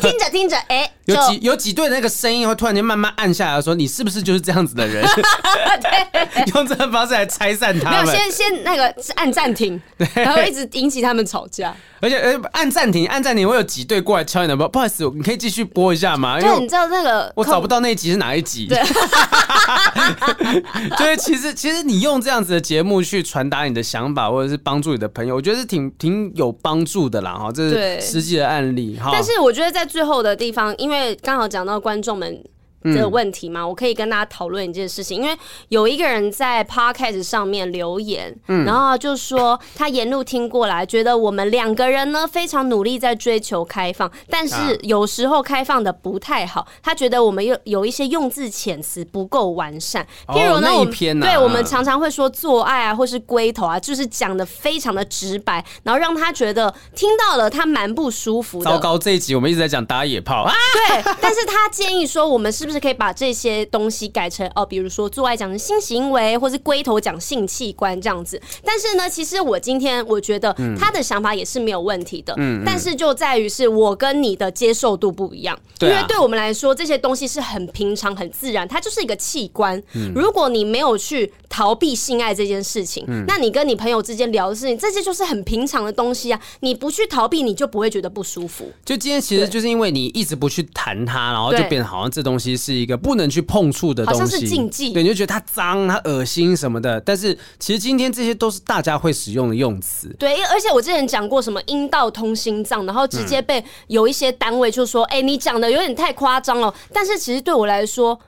Speaker 2: 听着听着，哎、
Speaker 3: 有
Speaker 2: 就
Speaker 3: 几有几对那个声音会突然间慢慢按下来，说你是不是就是这样子的 人？用这个方式来拆散
Speaker 2: 没
Speaker 3: 他
Speaker 2: 有
Speaker 3: 们，
Speaker 2: 先先那个按 暂停，然后一直引起他们吵架。
Speaker 3: 而且呃，按暂停，按暂停，会有几对过来敲你的门，不好意思，你可以继续播一下吗？因为
Speaker 2: 就你
Speaker 3: 我
Speaker 2: 知道那个
Speaker 3: 哎我找不
Speaker 2: 到
Speaker 3: 到那一集是哪一集。对， 就是其实其实你用这样子的节目去传达你的想法，或者是帮助你的朋友，我觉得是挺挺有帮助的啦哈，这
Speaker 2: 对
Speaker 3: 是实际的案例哈。
Speaker 2: 但是我觉得在最后的地方，因为刚好讲到观众们。的问题
Speaker 3: 嗯
Speaker 2: 嘛，我可以跟大家讨论一件事情，因为有一个人在 podcast 上面留言，
Speaker 3: 嗯
Speaker 2: 然后就说他沿路听过来，觉得我们两个人呢非常努力在追求开放，但是
Speaker 3: 啊
Speaker 2: 有时候开放的不太好，他觉得我们有有一些用字遣词不够完善，
Speaker 3: 哦
Speaker 2: 譬如呢，
Speaker 3: 那一
Speaker 2: 我们
Speaker 3: 篇啊
Speaker 2: 对我们常常会说做爱啊，或是龟头啊，就是讲的非常的直白，然后让他觉得听到了他蛮不舒服的。
Speaker 3: 糟糕，这一集我们一直在讲打野炮啊！
Speaker 2: 对，但是他建议说，我们是不是可以把这些东西改成哦，比如说做爱讲成性行为，或是龟头讲性器官这样子。但是呢，其实我今天我觉得
Speaker 3: 嗯
Speaker 2: 他的想法也是没有问题的，但是就在于是我跟你的接受度不一样，
Speaker 3: 对啊
Speaker 2: 因为对我们来说这些东西是很平常、很自然，它就是一个器官。
Speaker 3: 嗯
Speaker 2: 如果你没有去逃避性爱这件事情，
Speaker 3: 嗯
Speaker 2: 那你跟你朋友之间聊的事情，这些就是很平常的东西啊，你不去逃避，你就不会觉得不舒服。
Speaker 3: 就今天其实就是因为你一直不去谈它，然后就
Speaker 2: 对
Speaker 3: 变得好像这东西是一个不能去碰触的东西，
Speaker 2: 好像是禁忌
Speaker 3: 对，你就觉得它脏、它恶心什么的。但是其实今天这些都是大家会使用的用词。
Speaker 2: 对，因而且我之前讲过什么阴道通心脏，然后直
Speaker 3: 嗯
Speaker 2: 接被有一些单位就说：“哎、你讲的有点太夸张了。”但是其实对我来说，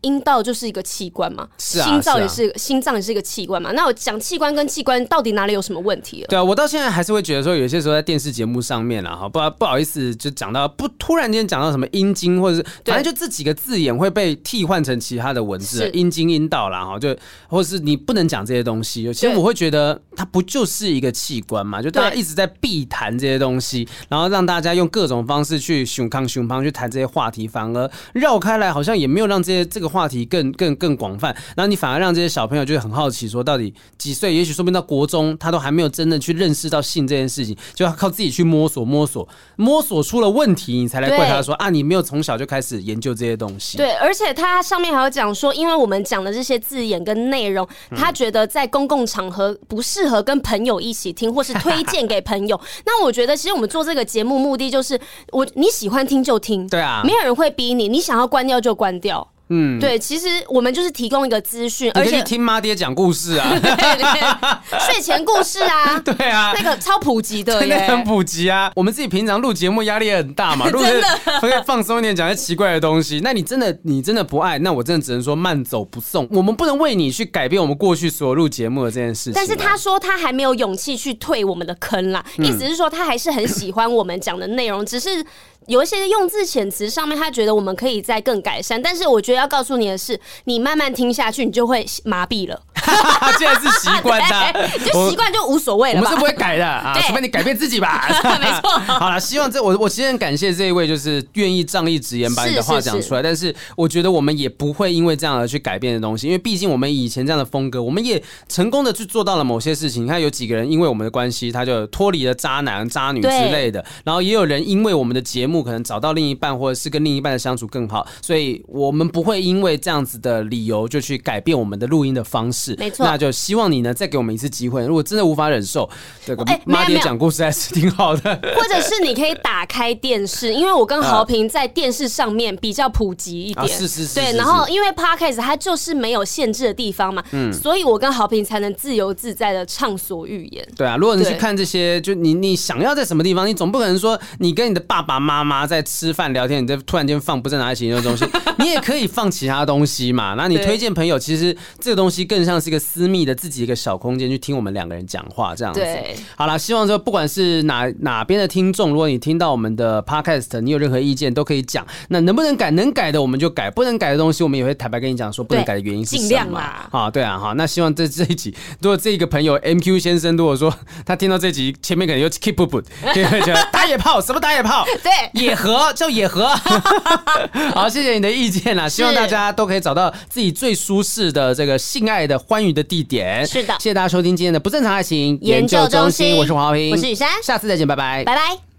Speaker 2: 阴道就是一个器官嘛，
Speaker 3: 是啊
Speaker 2: 心脏也
Speaker 3: 是
Speaker 2: 是心脏也是一个器官嘛。那我讲器官跟器官到底哪里有什么问题了？
Speaker 3: 对啊，我到现在还是会觉得说，有些时候在电视节目上面啦，哈，不不好意思，就讲到不突然间讲到什么阴茎，或者是
Speaker 2: 对
Speaker 3: 反正就这几个字眼会被替换成其他的文字
Speaker 2: 是，
Speaker 3: 阴茎、阴道啦，哈，就或者是你不能讲这些东西。其实
Speaker 2: 对
Speaker 3: 我会觉得它不就是一个器官嘛，就大家
Speaker 2: 对
Speaker 3: 一直在避谈这些东西，然后让大家用各种方式去熊康熊康去谈这些话题，反而绕开来，好像也没有让这些这个话题更更更广泛。然后你反而让这些小朋友就很好奇，说到底几岁，也许说不定到国中，他都还没有真的去认识到性这件事情，就要靠自己去摸索摸索，摸索出了问题，你才来怪他说啊，你没有从小就开始研究这些东西。
Speaker 2: 对，而且他上面还有讲说，因为我们讲的这些字眼跟内容，
Speaker 3: 嗯
Speaker 2: 他觉得在公共场合不适合跟朋友一起听，或是推荐给朋友。 那我觉得，其实我们做这个节目目的就是，我你喜欢听就听，
Speaker 3: 对啊
Speaker 2: 没有人会逼你，你想要关掉就关掉。
Speaker 3: 嗯
Speaker 2: 嗯，对，其实我们就是提供一个资讯，
Speaker 3: 你
Speaker 2: 而
Speaker 3: 可以去
Speaker 2: 且
Speaker 3: 听妈爹讲故事啊，
Speaker 2: 对对睡前故事啊，
Speaker 3: 对啊，
Speaker 2: 那个超普及 的
Speaker 3: 真的
Speaker 2: 耶，
Speaker 3: 很普及啊！我们自己平常录节目压力也很大 嘛，录
Speaker 2: 真的
Speaker 3: 可以放松一点，讲些奇怪的东西。那你真的你真的不爱，那我真的只能说慢走不送。我们不能为你去改变我们过去所有录节目的这件事情啊。
Speaker 2: 但是 他说他还没有勇气去退我们的坑啦，
Speaker 3: 嗯
Speaker 2: 意思是说他还是很喜欢我们讲的内容，只是有一些用字遣词上面，他觉得我们可以再更改善。但是我觉得要告诉你的是，你慢慢听下去，你就会麻痹了，
Speaker 3: 竟然是习惯他
Speaker 2: 对， 就习惯就无所谓
Speaker 3: 我
Speaker 2: 了
Speaker 3: 们是
Speaker 2: 吧
Speaker 3: 不。会改 的啊，
Speaker 2: 对
Speaker 3: 除非你改变自己吧。
Speaker 2: 没错
Speaker 3: 好了，希望这我我其实很感谢这一位，就是愿意仗义直言把你的
Speaker 2: 是
Speaker 3: 话
Speaker 2: 是
Speaker 3: 讲
Speaker 2: 是
Speaker 3: 出来。但是我觉得我们也不会因为这样而去改变的东西，因为毕竟我们以前这样的风格，我们也成功的去做到了某些事情。你看有几个人因为我们的关系，他就脱离了渣男、渣女之
Speaker 2: 对
Speaker 3: 类的，然后也有人因为我们的节目可能找到另一半，或者是跟另一半的相处更好。所以我们不会因为这样子的理由就去改变我们的录音的方式。
Speaker 2: 没错
Speaker 3: 那就希望你呢再给我们一次机会。如果真的无法忍受，这个
Speaker 2: 哎没有
Speaker 3: 妈
Speaker 2: 没
Speaker 3: 爹
Speaker 2: 有
Speaker 3: 讲故事还是挺好的。
Speaker 2: 或者是你可以打开电视，因为我跟豪平在电视上面比较普及一
Speaker 3: 啊
Speaker 2: 点，
Speaker 3: 是是是是
Speaker 2: 对。
Speaker 3: 是嗯
Speaker 2: 然后因为 podcast 它就是没有限制的地方嘛，所以我跟豪平才能自由自在的畅所欲言。
Speaker 3: 对啊，如果你去
Speaker 2: 对
Speaker 3: 看这些，就你你想要在什么地方，你总不可能说你跟你的爸爸妈妈在吃饭聊天，你再突然间放不正常爱情的 东西，你也可以放其他东西嘛。那你
Speaker 2: 对
Speaker 3: 推荐朋友，其实这个东西更像是一个私密的自己一个小空间，去听我们两个人讲话这样子
Speaker 2: 对。
Speaker 3: 好啦，希望说不管是哪哪边的听众，如果你听到我们的 podcast，你有任何意见都可以讲。那能不能改，能改的我们就改，不能改的东西我们也会坦白跟你讲，说不能
Speaker 2: 对
Speaker 3: 改的原因是什么。
Speaker 2: 尽量啦
Speaker 3: 啊，对啊，好，那希望这这一集，如果这个朋友 MQ 先生，如果说他听到这集前面可能又 keep up，可 能会觉得打野炮什么打野炮，
Speaker 2: 对
Speaker 3: 野合叫野 合。好，谢谢你的意见啊啦，希望大家都可以找到自己最舒适的这个性爱的欢愉的地点。
Speaker 2: 是的
Speaker 3: 谢谢大家收听今天的不正常爱情
Speaker 2: 研究中心
Speaker 3: 我是黄浩平，
Speaker 2: 我是雨珊
Speaker 3: 下次再见，拜拜。
Speaker 2: 拜拜。